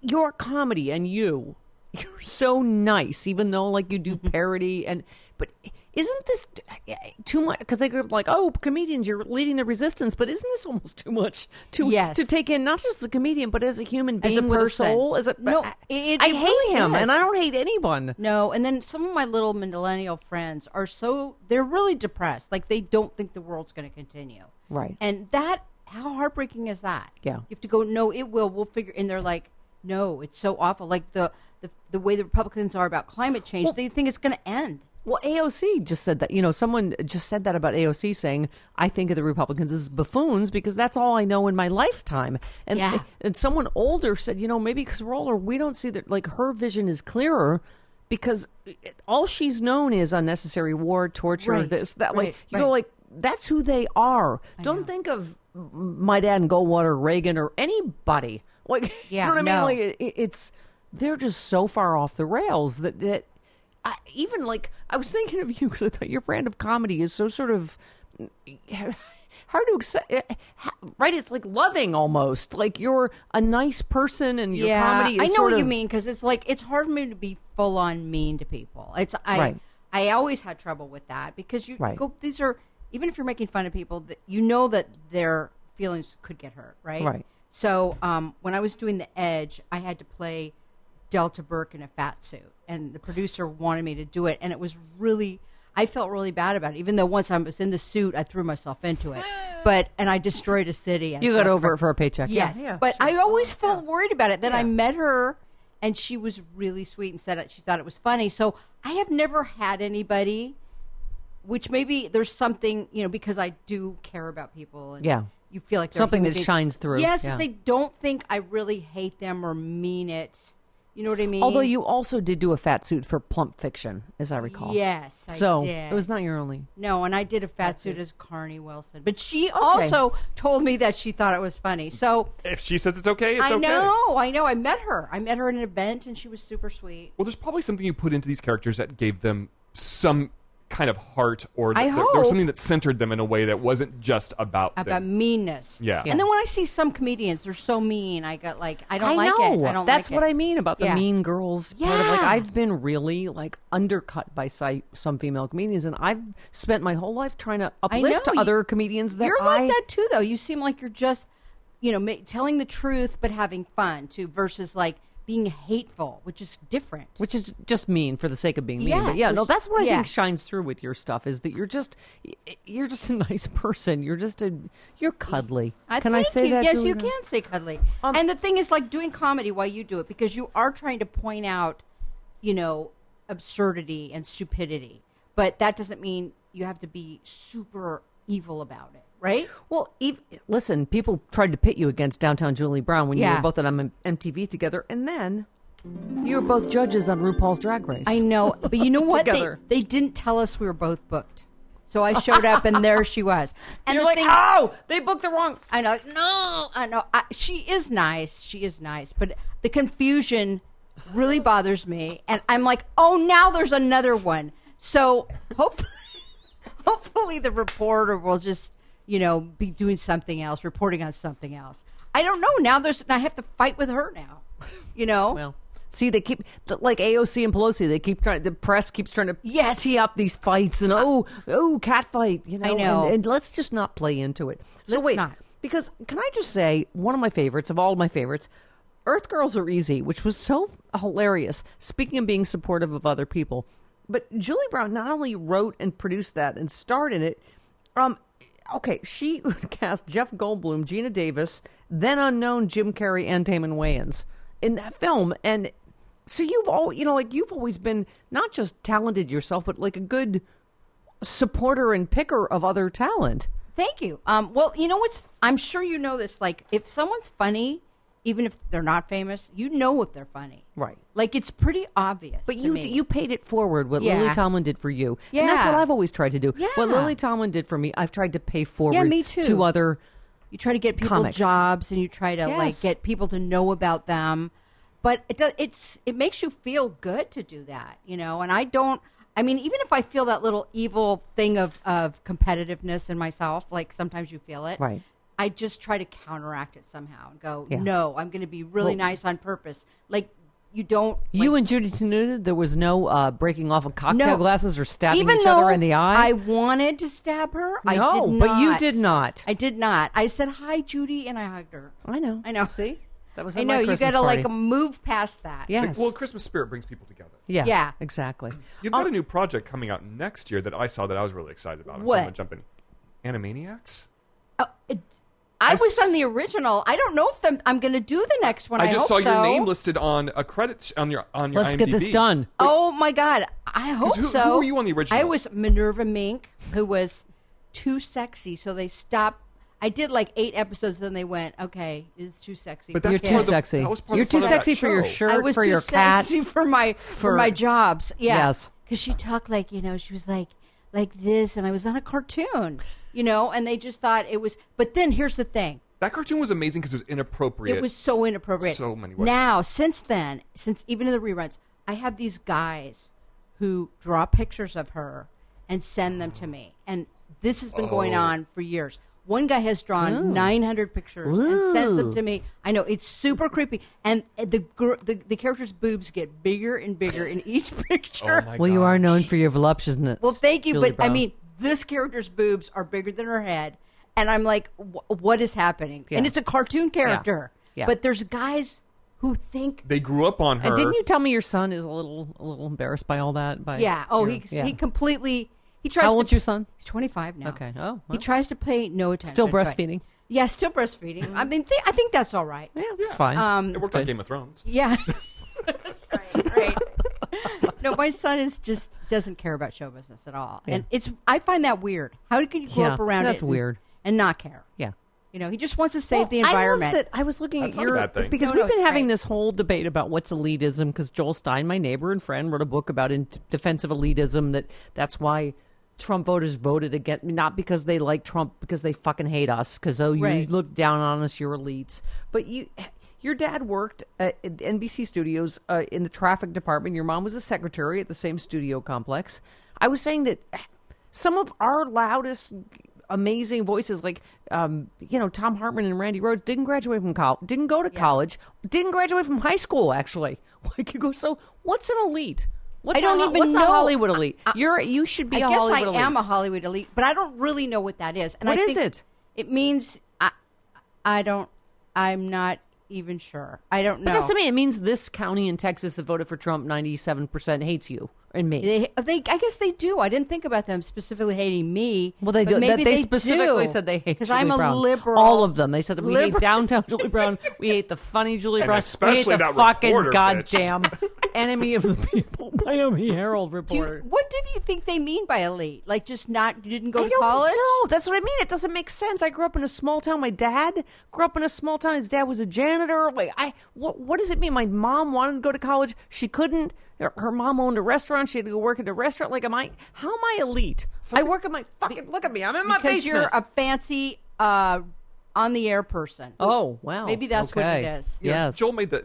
Speaker 2: your comedy and you you're so nice, even though like you do parody and but isn't this eh, too much? Because they go like, "Oh, comedians, you're leading the resistance," but isn't this almost too much to
Speaker 4: Yes.
Speaker 2: to take in? Not just as a comedian, but as a human
Speaker 4: As
Speaker 2: being
Speaker 4: a
Speaker 2: with
Speaker 4: person.
Speaker 2: a soul. As a
Speaker 4: No,
Speaker 2: I,
Speaker 4: it-
Speaker 2: I
Speaker 4: it
Speaker 2: hate
Speaker 4: really
Speaker 2: him,
Speaker 4: is.
Speaker 2: and I don't hate anyone.
Speaker 4: No, and then some of my little millennial friends are so they're really depressed. Like they don't think the world's going to continue.
Speaker 2: Right.
Speaker 4: And that how heartbreaking is that?
Speaker 2: Yeah.
Speaker 4: You have to go. No, it will. We'll figure. And they're like, no, it's so awful. Like the the, the way the Republicans are about climate change, they think it's going to end.
Speaker 2: Well, AOC just said that. You know, someone just said that about AOC, saying, "I think of the Republicans as buffoons because that's all I know in my lifetime." And
Speaker 4: Yeah.
Speaker 2: and someone older said, "You know, maybe because we're older, we don't see that. Like her vision is clearer." Because it- all she's known is unnecessary war, torture,
Speaker 4: Right,
Speaker 2: this, that.
Speaker 4: right,
Speaker 2: Like you
Speaker 4: right.
Speaker 2: know, like that's who they are. don't think of my dad and Goldwater, Reagan, or anybody. Like
Speaker 4: Yeah,
Speaker 2: you know what I
Speaker 4: no.
Speaker 2: mean? Like it, it- it's they're just so far off the rails that that I, even like I was thinking of you because I thought your brand of comedy is so sort of hard to accept. eh, Right? It's like loving almost. Like you're a nice person and your comedy. Is
Speaker 4: I know
Speaker 2: sort
Speaker 4: what you
Speaker 2: of-
Speaker 4: mean because it's like it's hard for me to be full on mean to people. It's I
Speaker 2: Right.
Speaker 4: I always had trouble with that because you
Speaker 2: Right.
Speaker 4: go these are even if you're making fun of people that you know that their feelings could get hurt, right?
Speaker 2: Right.
Speaker 4: So um, when I was doing The Edge, I had to play Delta Burke in a fat suit, and the producer wanted me to do it, and it was really. I felt really bad about it, even though once I was in the suit, I threw myself into it. But and I destroyed a city.
Speaker 2: You got over it for a paycheck.
Speaker 4: Yes,
Speaker 2: Yeah.
Speaker 4: but I always felt worried about it. Then I met her, and she was really sweet and said it, she thought it was funny. So I have never had anybody, which maybe there's something you know because I do care about people. And
Speaker 2: Yeah.
Speaker 4: you feel like they're
Speaker 2: Something
Speaker 4: human
Speaker 2: that
Speaker 4: beings.
Speaker 2: shines through,
Speaker 4: Yes,
Speaker 2: yeah.
Speaker 4: they don't think I really hate them or mean it. You know what I mean?
Speaker 2: Although you also did do a fat suit for Plump Fiction, as I recall.
Speaker 4: Yes, I
Speaker 2: so
Speaker 4: did.
Speaker 2: it was not your only.
Speaker 4: No, and I did a fat suit as Carney Wilson, but she also told me that she thought it was funny. So
Speaker 3: If she says it's okay, it's
Speaker 4: I
Speaker 3: okay.
Speaker 4: know, I know. I met her. I met her at an event, and she was super sweet.
Speaker 3: Well, there's probably something you put into these characters that gave them some kind of heart, or
Speaker 4: I
Speaker 3: th- there, there
Speaker 4: hope.
Speaker 3: was something that centered them in a way that wasn't just about,
Speaker 4: about
Speaker 3: them.
Speaker 4: meanness.
Speaker 3: Yeah. Yeah.
Speaker 4: And then when I see some comedians, they're so mean. I got like, I don't
Speaker 2: I
Speaker 4: like
Speaker 2: know.
Speaker 4: it. I don't.
Speaker 2: That's
Speaker 4: like
Speaker 2: what
Speaker 4: it.
Speaker 2: I mean about the
Speaker 4: Yeah.
Speaker 2: mean girls part of like
Speaker 4: Yeah.
Speaker 2: I've been really like undercut by si- some female comedians, and I've spent my whole life trying to
Speaker 4: I
Speaker 2: uplift
Speaker 4: know.
Speaker 2: other comedians that
Speaker 4: you're
Speaker 2: I-
Speaker 4: like that too, though. You seem like you're just, you know, ma- telling the truth but having fun too, versus like being hateful, which is different.
Speaker 2: which is just mean for the sake of being mean.
Speaker 4: Yeah,
Speaker 2: but yeah, no,
Speaker 4: there's-
Speaker 2: that's what I
Speaker 4: yeah.
Speaker 2: think shines through with your stuff is that you're just y- you're just a nice person. You're just a you're cuddly.
Speaker 4: I
Speaker 2: can I
Speaker 4: thank
Speaker 2: say
Speaker 4: you.
Speaker 2: that?
Speaker 4: Yes,
Speaker 2: Julia?
Speaker 4: you can say cuddly. and the thing is, like doing comedy while you do it, because you are trying to point out, you know, absurdity and stupidity, but that doesn't mean you have to be super evil about it, right?
Speaker 2: Well, ev listen, people tried to pit you against Downtown Julie Brown when you
Speaker 4: Yeah.
Speaker 2: were both on M- MTV together, and then you were both judges on RuPaul's Drag Race.
Speaker 4: I know, but you know what? They,
Speaker 2: Together.
Speaker 4: they didn't tell us we were both booked. So I showed up, and there she was. And
Speaker 2: You're
Speaker 4: the
Speaker 2: like,
Speaker 4: thing,
Speaker 2: oh, they booked the wrong.
Speaker 4: I know, no, I know. I, she is nice. She is nice, but the confusion really bothers me, and I'm like, oh, now there's another one. So hopefully, hopefully the reporter will just, you know, be doing something else, reporting on something else. I don't know. Now there's, and I have to fight with her now. You know,
Speaker 2: Well, see, they keep th- like AOC and Pelosi. They keep trying. The press keeps trying to
Speaker 4: Yes.
Speaker 2: tee up these fights and oh, oh, cat fight. You know,
Speaker 4: I know.
Speaker 2: And, and let's just not play into it. So
Speaker 4: Let's
Speaker 2: wait,
Speaker 4: not.
Speaker 2: because can I just say one of my favorites of all my favorites, Earth Girls Are Easy, which was so hilarious. Speaking of being supportive of other people, but Julie Brown not only wrote and produced that and starred in it, um. Okay, she cast Jeff Goldblum, Gina Davis, then unknown Jim Carrey, and Damon Wayans in that film, and so you've all you know, like you've always been not just talented yourself, but like a good supporter and picker of other talent.
Speaker 4: Thank you. Um, well, you know what's? I'm sure you know this. Like, if someone's funny, even if they're not famous, you know if they're funny,
Speaker 2: Right.
Speaker 4: Like, it's pretty obvious.
Speaker 2: But
Speaker 4: to
Speaker 2: you
Speaker 4: me.
Speaker 2: you paid it forward what
Speaker 4: Yeah.
Speaker 2: Lily Tomlin did for you, and that's what
Speaker 4: Yeah.
Speaker 2: I've always tried to do. What
Speaker 4: Yeah.
Speaker 2: Lily Tomlin did for me, I've tried to pay forward.
Speaker 4: me too.
Speaker 2: To other,
Speaker 4: you try to get people
Speaker 2: Comics.
Speaker 4: jobs and you try to like
Speaker 2: Yes.
Speaker 4: get people to know about them but it does it's it makes you feel good to do that you know and i don't i mean even if i feel that little evil thing of of competitiveness in myself like sometimes you feel it
Speaker 2: Right.
Speaker 4: i just try to counteract it somehow and go
Speaker 2: Yeah.
Speaker 4: no i'm going to be really
Speaker 2: Well-
Speaker 4: nice on purpose like you don't
Speaker 2: you
Speaker 4: like,
Speaker 2: and Judy Tenuta, there was no uh, breaking off of cocktail glasses or stabbing
Speaker 4: Even
Speaker 2: each other in
Speaker 4: though
Speaker 2: the eye.
Speaker 4: I wanted to stab her. I
Speaker 2: No,
Speaker 4: did not.
Speaker 2: but you did not.
Speaker 4: I did not. I said hi, Judy, and I hugged her.
Speaker 2: I know.
Speaker 4: I know.
Speaker 2: See, that was
Speaker 4: I
Speaker 2: at
Speaker 4: know
Speaker 2: my
Speaker 4: you
Speaker 2: Christmas
Speaker 4: gotta like
Speaker 2: party.
Speaker 4: move past that.
Speaker 2: yes,
Speaker 3: Well, Christmas spirit brings people together.
Speaker 2: yeah,
Speaker 4: yeah. Oh.
Speaker 2: exactly. Oh,
Speaker 3: You've got a new project coming out next year that I saw that I was really excited about. I'm
Speaker 4: What?
Speaker 3: going to jump in. Animaniacs?
Speaker 4: Oh, it- I,
Speaker 3: I
Speaker 4: was
Speaker 3: s-
Speaker 4: on the original. I don't know if the, I'm going to do the next one. I,
Speaker 3: I just saw
Speaker 4: hope
Speaker 3: your
Speaker 4: so.
Speaker 3: name listed on a credit sh- on your on your
Speaker 2: Let's
Speaker 3: IMDb.
Speaker 2: get this done.
Speaker 4: Oh my god! I hope
Speaker 3: who-
Speaker 4: so.
Speaker 3: who were you on the original?
Speaker 4: I was Minerva Mink, who was too sexy, so they stopped. I did like eight episodes, then they went, "Okay, it's too sexy."
Speaker 3: But
Speaker 2: You're
Speaker 3: that's part
Speaker 4: Okay.
Speaker 2: too
Speaker 3: of the-
Speaker 2: sexy.
Speaker 3: that was part of
Speaker 2: You're
Speaker 3: the
Speaker 2: too
Speaker 3: fun of
Speaker 2: sexy
Speaker 3: that
Speaker 2: for your
Speaker 3: show.
Speaker 2: shirt,
Speaker 4: I was
Speaker 2: for
Speaker 4: too
Speaker 2: your cat.
Speaker 4: sexy for my for,
Speaker 2: for-
Speaker 4: my jobs. Yeah.
Speaker 2: Yes.
Speaker 4: Because she talked like you know she was like like this, and I was on a cartoon, you know, and they just thought it was. But then here's the thing:
Speaker 3: That cartoon was amazing because it was inappropriate.
Speaker 4: it was so inappropriate.
Speaker 3: So many ways.
Speaker 4: Now, since then, since even in the reruns, I have these guys who draw pictures of her and send them to me. And this has been
Speaker 3: Oh.
Speaker 4: going on for years. One guy has drawn 900 pictures and sends them to me. I know it's super creepy, and uh, the gr- the, the character's boobs get bigger and bigger in each picture.
Speaker 3: Oh my
Speaker 2: Well, you are
Speaker 3: gosh.
Speaker 2: known for your voluptuousness.
Speaker 4: Well, thank you,
Speaker 2: Julie
Speaker 4: but I
Speaker 2: Brown.
Speaker 4: mean, this character's boobs are bigger than her head, and I'm like, wh- what is happening? And
Speaker 2: Yeah.
Speaker 4: it's a cartoon character,
Speaker 2: Yeah.
Speaker 4: but there's guys who think,
Speaker 3: They grew up on her.
Speaker 2: And didn't you tell me your son is a little a little embarrassed by all that? By
Speaker 4: yeah, oh,
Speaker 2: your-
Speaker 4: he
Speaker 2: yeah.
Speaker 4: he completely he tries.
Speaker 2: How
Speaker 4: to,
Speaker 2: old's your son?
Speaker 4: He's 25 now.
Speaker 2: Okay. Oh,
Speaker 4: he
Speaker 2: well.
Speaker 4: tries to pay no attention.
Speaker 2: Still
Speaker 4: but-
Speaker 2: breastfeeding.
Speaker 4: Yeah, still breastfeeding. I mean, th- I think that's all right.
Speaker 2: Yeah, that's fine.
Speaker 4: Um,
Speaker 3: It worked on Game of Thrones.
Speaker 4: yeah. That's right, right. no, my son is just doesn't care about show business at all, and it's I find that weird. How could you grow
Speaker 2: Yeah,
Speaker 4: up around
Speaker 2: that's
Speaker 4: it and-
Speaker 2: weird.
Speaker 4: and not care?
Speaker 2: yeah.
Speaker 4: You know, he just wants to save the
Speaker 2: Well,
Speaker 4: environment.
Speaker 2: I, love that I was looking
Speaker 3: That's
Speaker 2: at
Speaker 3: not a
Speaker 2: your
Speaker 3: bad thing.
Speaker 2: because
Speaker 4: No, no,
Speaker 2: we've been
Speaker 4: it's
Speaker 2: having
Speaker 4: great.
Speaker 2: this whole debate about what's elitism. Because Joel Stein, my neighbor and friend, wrote a book about in defense of elitism. That that's why Trump voters voted against not because they like Trump, because they fucking hate us. Because oh, you
Speaker 4: Right.
Speaker 2: look down on us, you're elites. But you. Your dad worked uh, at the NBC Studios uh, in the traffic department. Your mom was a secretary at the same studio complex. I was saying that some of our loudest amazing voices like um, you know tom hartman and randy rhodes didn't graduate from college didn't go to college didn't graduate from high school actually like you go so what's an elite what's
Speaker 4: I don't
Speaker 2: a, ho-
Speaker 4: even
Speaker 2: what's a
Speaker 4: know.
Speaker 2: hollywood elite you're you should be
Speaker 4: I
Speaker 2: a
Speaker 4: guess
Speaker 2: hollywood
Speaker 4: I
Speaker 2: elite
Speaker 4: am a Hollywood elite, but I don't really know what that is. And
Speaker 2: What
Speaker 4: I
Speaker 2: is
Speaker 4: think
Speaker 2: it?
Speaker 4: It means I, I don't. I'm not even sure. I don't
Speaker 2: but
Speaker 4: know.
Speaker 2: that's what I mean. It means this county in Texas that voted for Trump, ninety-seven percent hates you and me.
Speaker 4: They, they, I guess they do. I didn't think about them specifically hating me.
Speaker 2: well, they
Speaker 4: but
Speaker 2: do. that
Speaker 4: Maybe
Speaker 2: they, specifically said they hate
Speaker 4: because
Speaker 2: Julie
Speaker 4: I'm a
Speaker 2: Brown.
Speaker 4: liberal.
Speaker 2: All of them. They said we hate
Speaker 4: Liberal-
Speaker 2: downtown Julie Brown. We hate the funny Julie Brown. We hate
Speaker 3: especially
Speaker 2: the
Speaker 3: that
Speaker 2: fucking
Speaker 3: reporter, bitch.
Speaker 2: goddamn enemy of the people, Miami Herald
Speaker 4: Do you-
Speaker 2: reporter.
Speaker 4: what do you think they mean by elite? Like just not you didn't go
Speaker 2: I
Speaker 4: to
Speaker 2: don't
Speaker 4: college?
Speaker 2: know. That's what I mean. It doesn't make sense. I grew up in a small town. My dad grew up in a small town. His dad was a janitor. Like I, what, what does it mean? My mom wanted to go to college. She couldn't. Her, her mom owned a restaurant. She had to go work at a restaurant. Like, am I? How am I elite? I work at my fucking. Look at me. I'm in my
Speaker 4: Because
Speaker 2: basement.
Speaker 4: you're a fancy uh, on the air person.
Speaker 2: oh wow.
Speaker 4: Maybe that's what
Speaker 2: Okay.
Speaker 4: it is.
Speaker 3: You know,
Speaker 2: Yes.
Speaker 3: Joel made the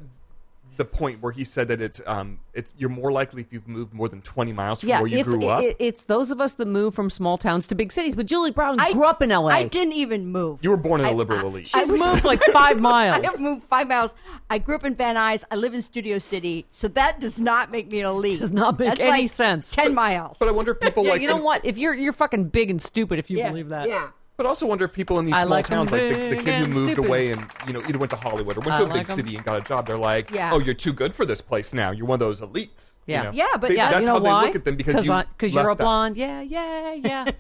Speaker 3: the point where he said that it's um it's you're more likely if you've moved more than twenty miles from
Speaker 2: yeah,
Speaker 3: where you
Speaker 2: if,
Speaker 3: grew up.
Speaker 2: it- it's those of us that move from small towns to big cities. But Julie Brown
Speaker 4: I
Speaker 2: grew up in L.A.
Speaker 4: I didn't even move.
Speaker 3: you were born in a liberal elite.
Speaker 2: She's
Speaker 4: I was-
Speaker 2: moved like five miles.
Speaker 4: I have moved five miles. I grew up in Van Nuys. I live in Studio City, so that does not make me an elite.
Speaker 2: Does not make
Speaker 4: That's
Speaker 2: any
Speaker 4: like
Speaker 2: sense.
Speaker 4: Ten miles.
Speaker 3: but I wonder if people
Speaker 2: yeah,
Speaker 3: like
Speaker 2: you know
Speaker 3: in-
Speaker 2: what? If you're you're fucking big and stupid, if you
Speaker 4: yeah,
Speaker 2: believe that,
Speaker 4: Yeah.
Speaker 3: But I also wonder if people in these
Speaker 2: I
Speaker 3: small
Speaker 2: like 'em
Speaker 3: towns, like the, the
Speaker 2: big
Speaker 3: kid who
Speaker 2: and
Speaker 3: moved
Speaker 2: stupid.
Speaker 3: away and you know either went to Hollywood or went
Speaker 2: I
Speaker 3: to a
Speaker 2: like
Speaker 3: big
Speaker 2: 'em.
Speaker 3: city and got a job, they're like,
Speaker 4: Yeah.
Speaker 3: "Oh, you're too good for this place now. You're one of those elites." you
Speaker 2: Yeah.
Speaker 3: know?
Speaker 4: Yeah, but
Speaker 3: They-
Speaker 4: that-
Speaker 3: that's
Speaker 2: you know
Speaker 3: how
Speaker 2: why?
Speaker 3: they look at them because you
Speaker 2: I- you're
Speaker 3: left
Speaker 2: a
Speaker 3: that.
Speaker 2: blonde. Yeah, yeah, yeah.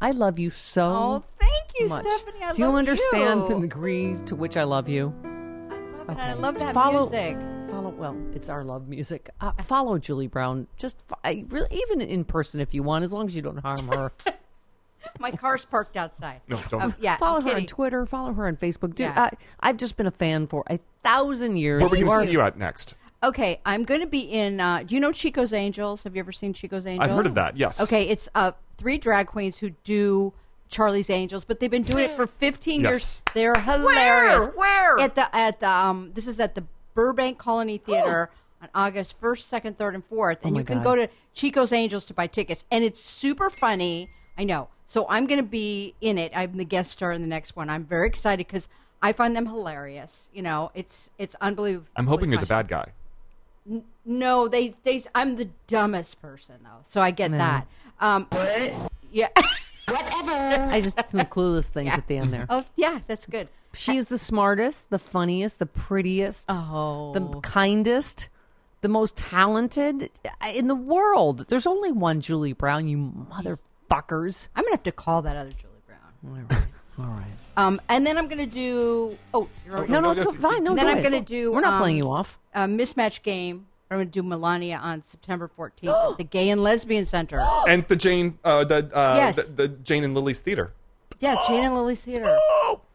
Speaker 2: I love you so.
Speaker 4: Oh, thank you,
Speaker 2: much.
Speaker 4: Stephanie. I
Speaker 2: Do you
Speaker 4: love
Speaker 2: understand
Speaker 4: you.
Speaker 2: the degree to which I love you?
Speaker 4: I love it. I love that
Speaker 2: follow,
Speaker 4: music.
Speaker 2: Follow. Well, it's our love music. Uh, follow Julie Brown. Just fo- I really, even in person if you want, as long as you don't harm her.
Speaker 4: My car's parked outside.
Speaker 3: No, don't.
Speaker 4: Um, yeah.
Speaker 2: follow
Speaker 4: I'm
Speaker 2: her on
Speaker 4: kidding.
Speaker 2: Twitter. Follow her on Facebook. Dude,
Speaker 4: Yeah.
Speaker 2: I, I've just been a fan for a thousand years.
Speaker 3: Where are we
Speaker 2: You
Speaker 3: going
Speaker 2: are-
Speaker 3: to see you at next?
Speaker 4: Okay, I'm going to be in. Uh, do you know Chico's Angels? Have you ever seen Chico's Angels?
Speaker 3: heard of that, yes.
Speaker 4: Okay, it's uh, three drag queens who do Charlie's Angels, but they've been doing it for 15 years.
Speaker 3: Yes.
Speaker 4: They're hilarious.
Speaker 2: Where?
Speaker 4: At the at the um, this is at the Burbank Colony Theater. On August 1st, 2nd, 3rd, and 4th.
Speaker 3: Oh
Speaker 4: And
Speaker 2: my
Speaker 4: you can
Speaker 2: God.
Speaker 4: go to Chico's Angels to buy tickets. And it's super funny. I know. So I'm going to be in it. I'm the guest star in the next one. I'm very excited because I find them hilarious. You know, it's it's unbelievable.
Speaker 3: I'm hoping you're the
Speaker 4: funny.
Speaker 3: bad guy.
Speaker 4: No, they they. I'm the dumbest person though, so I get that. Um, Yeah.
Speaker 2: I just did some clueless things at the end there.
Speaker 4: oh, yeah. That's good.
Speaker 2: She is the smartest, the funniest, the prettiest,
Speaker 4: Oh.
Speaker 2: the kindest, the most talented uh, in the world. There's only one Julie Brown, you motherfuckers.
Speaker 4: I'm gonna have to call that other Julie Brown.
Speaker 2: All right.
Speaker 4: Um, and then I'm going to do. Oh, you're already
Speaker 2: No, no,
Speaker 3: no,
Speaker 2: it's
Speaker 3: that's-
Speaker 2: fine. No,
Speaker 4: And then
Speaker 2: do
Speaker 4: I'm
Speaker 2: it.
Speaker 4: going to do.
Speaker 2: We're not
Speaker 4: um,
Speaker 2: playing you off.
Speaker 4: A mismatch game. I'm going to do Melania on September 14th at the Gay and Lesbian Center.
Speaker 2: Oh.
Speaker 3: and the Jane, uh, the, uh,
Speaker 4: Yes.
Speaker 3: the the Jane and Lily's theater.
Speaker 4: yeah, Jane and Lily's Theater.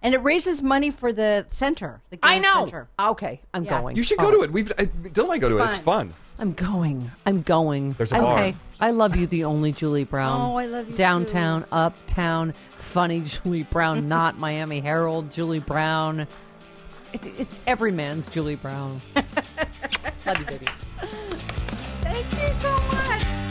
Speaker 4: And it raises money for the center. The Gay
Speaker 2: I know.
Speaker 4: Center.
Speaker 2: Okay, I'm
Speaker 4: Yeah.
Speaker 2: going.
Speaker 3: You should go to it. We've uh, Dylan and I go to it. It's fun.
Speaker 2: I'm going. I'm going.
Speaker 3: There's a
Speaker 2: I-
Speaker 3: bar.
Speaker 4: Okay.
Speaker 2: I love you, the only Julie Brown.
Speaker 4: Oh, I love you
Speaker 2: Downtown, uptown, funny Julie Brown, not Miami Herald Julie Brown. It, it's every man's Julie Brown. love you, baby.
Speaker 4: Thank you so much.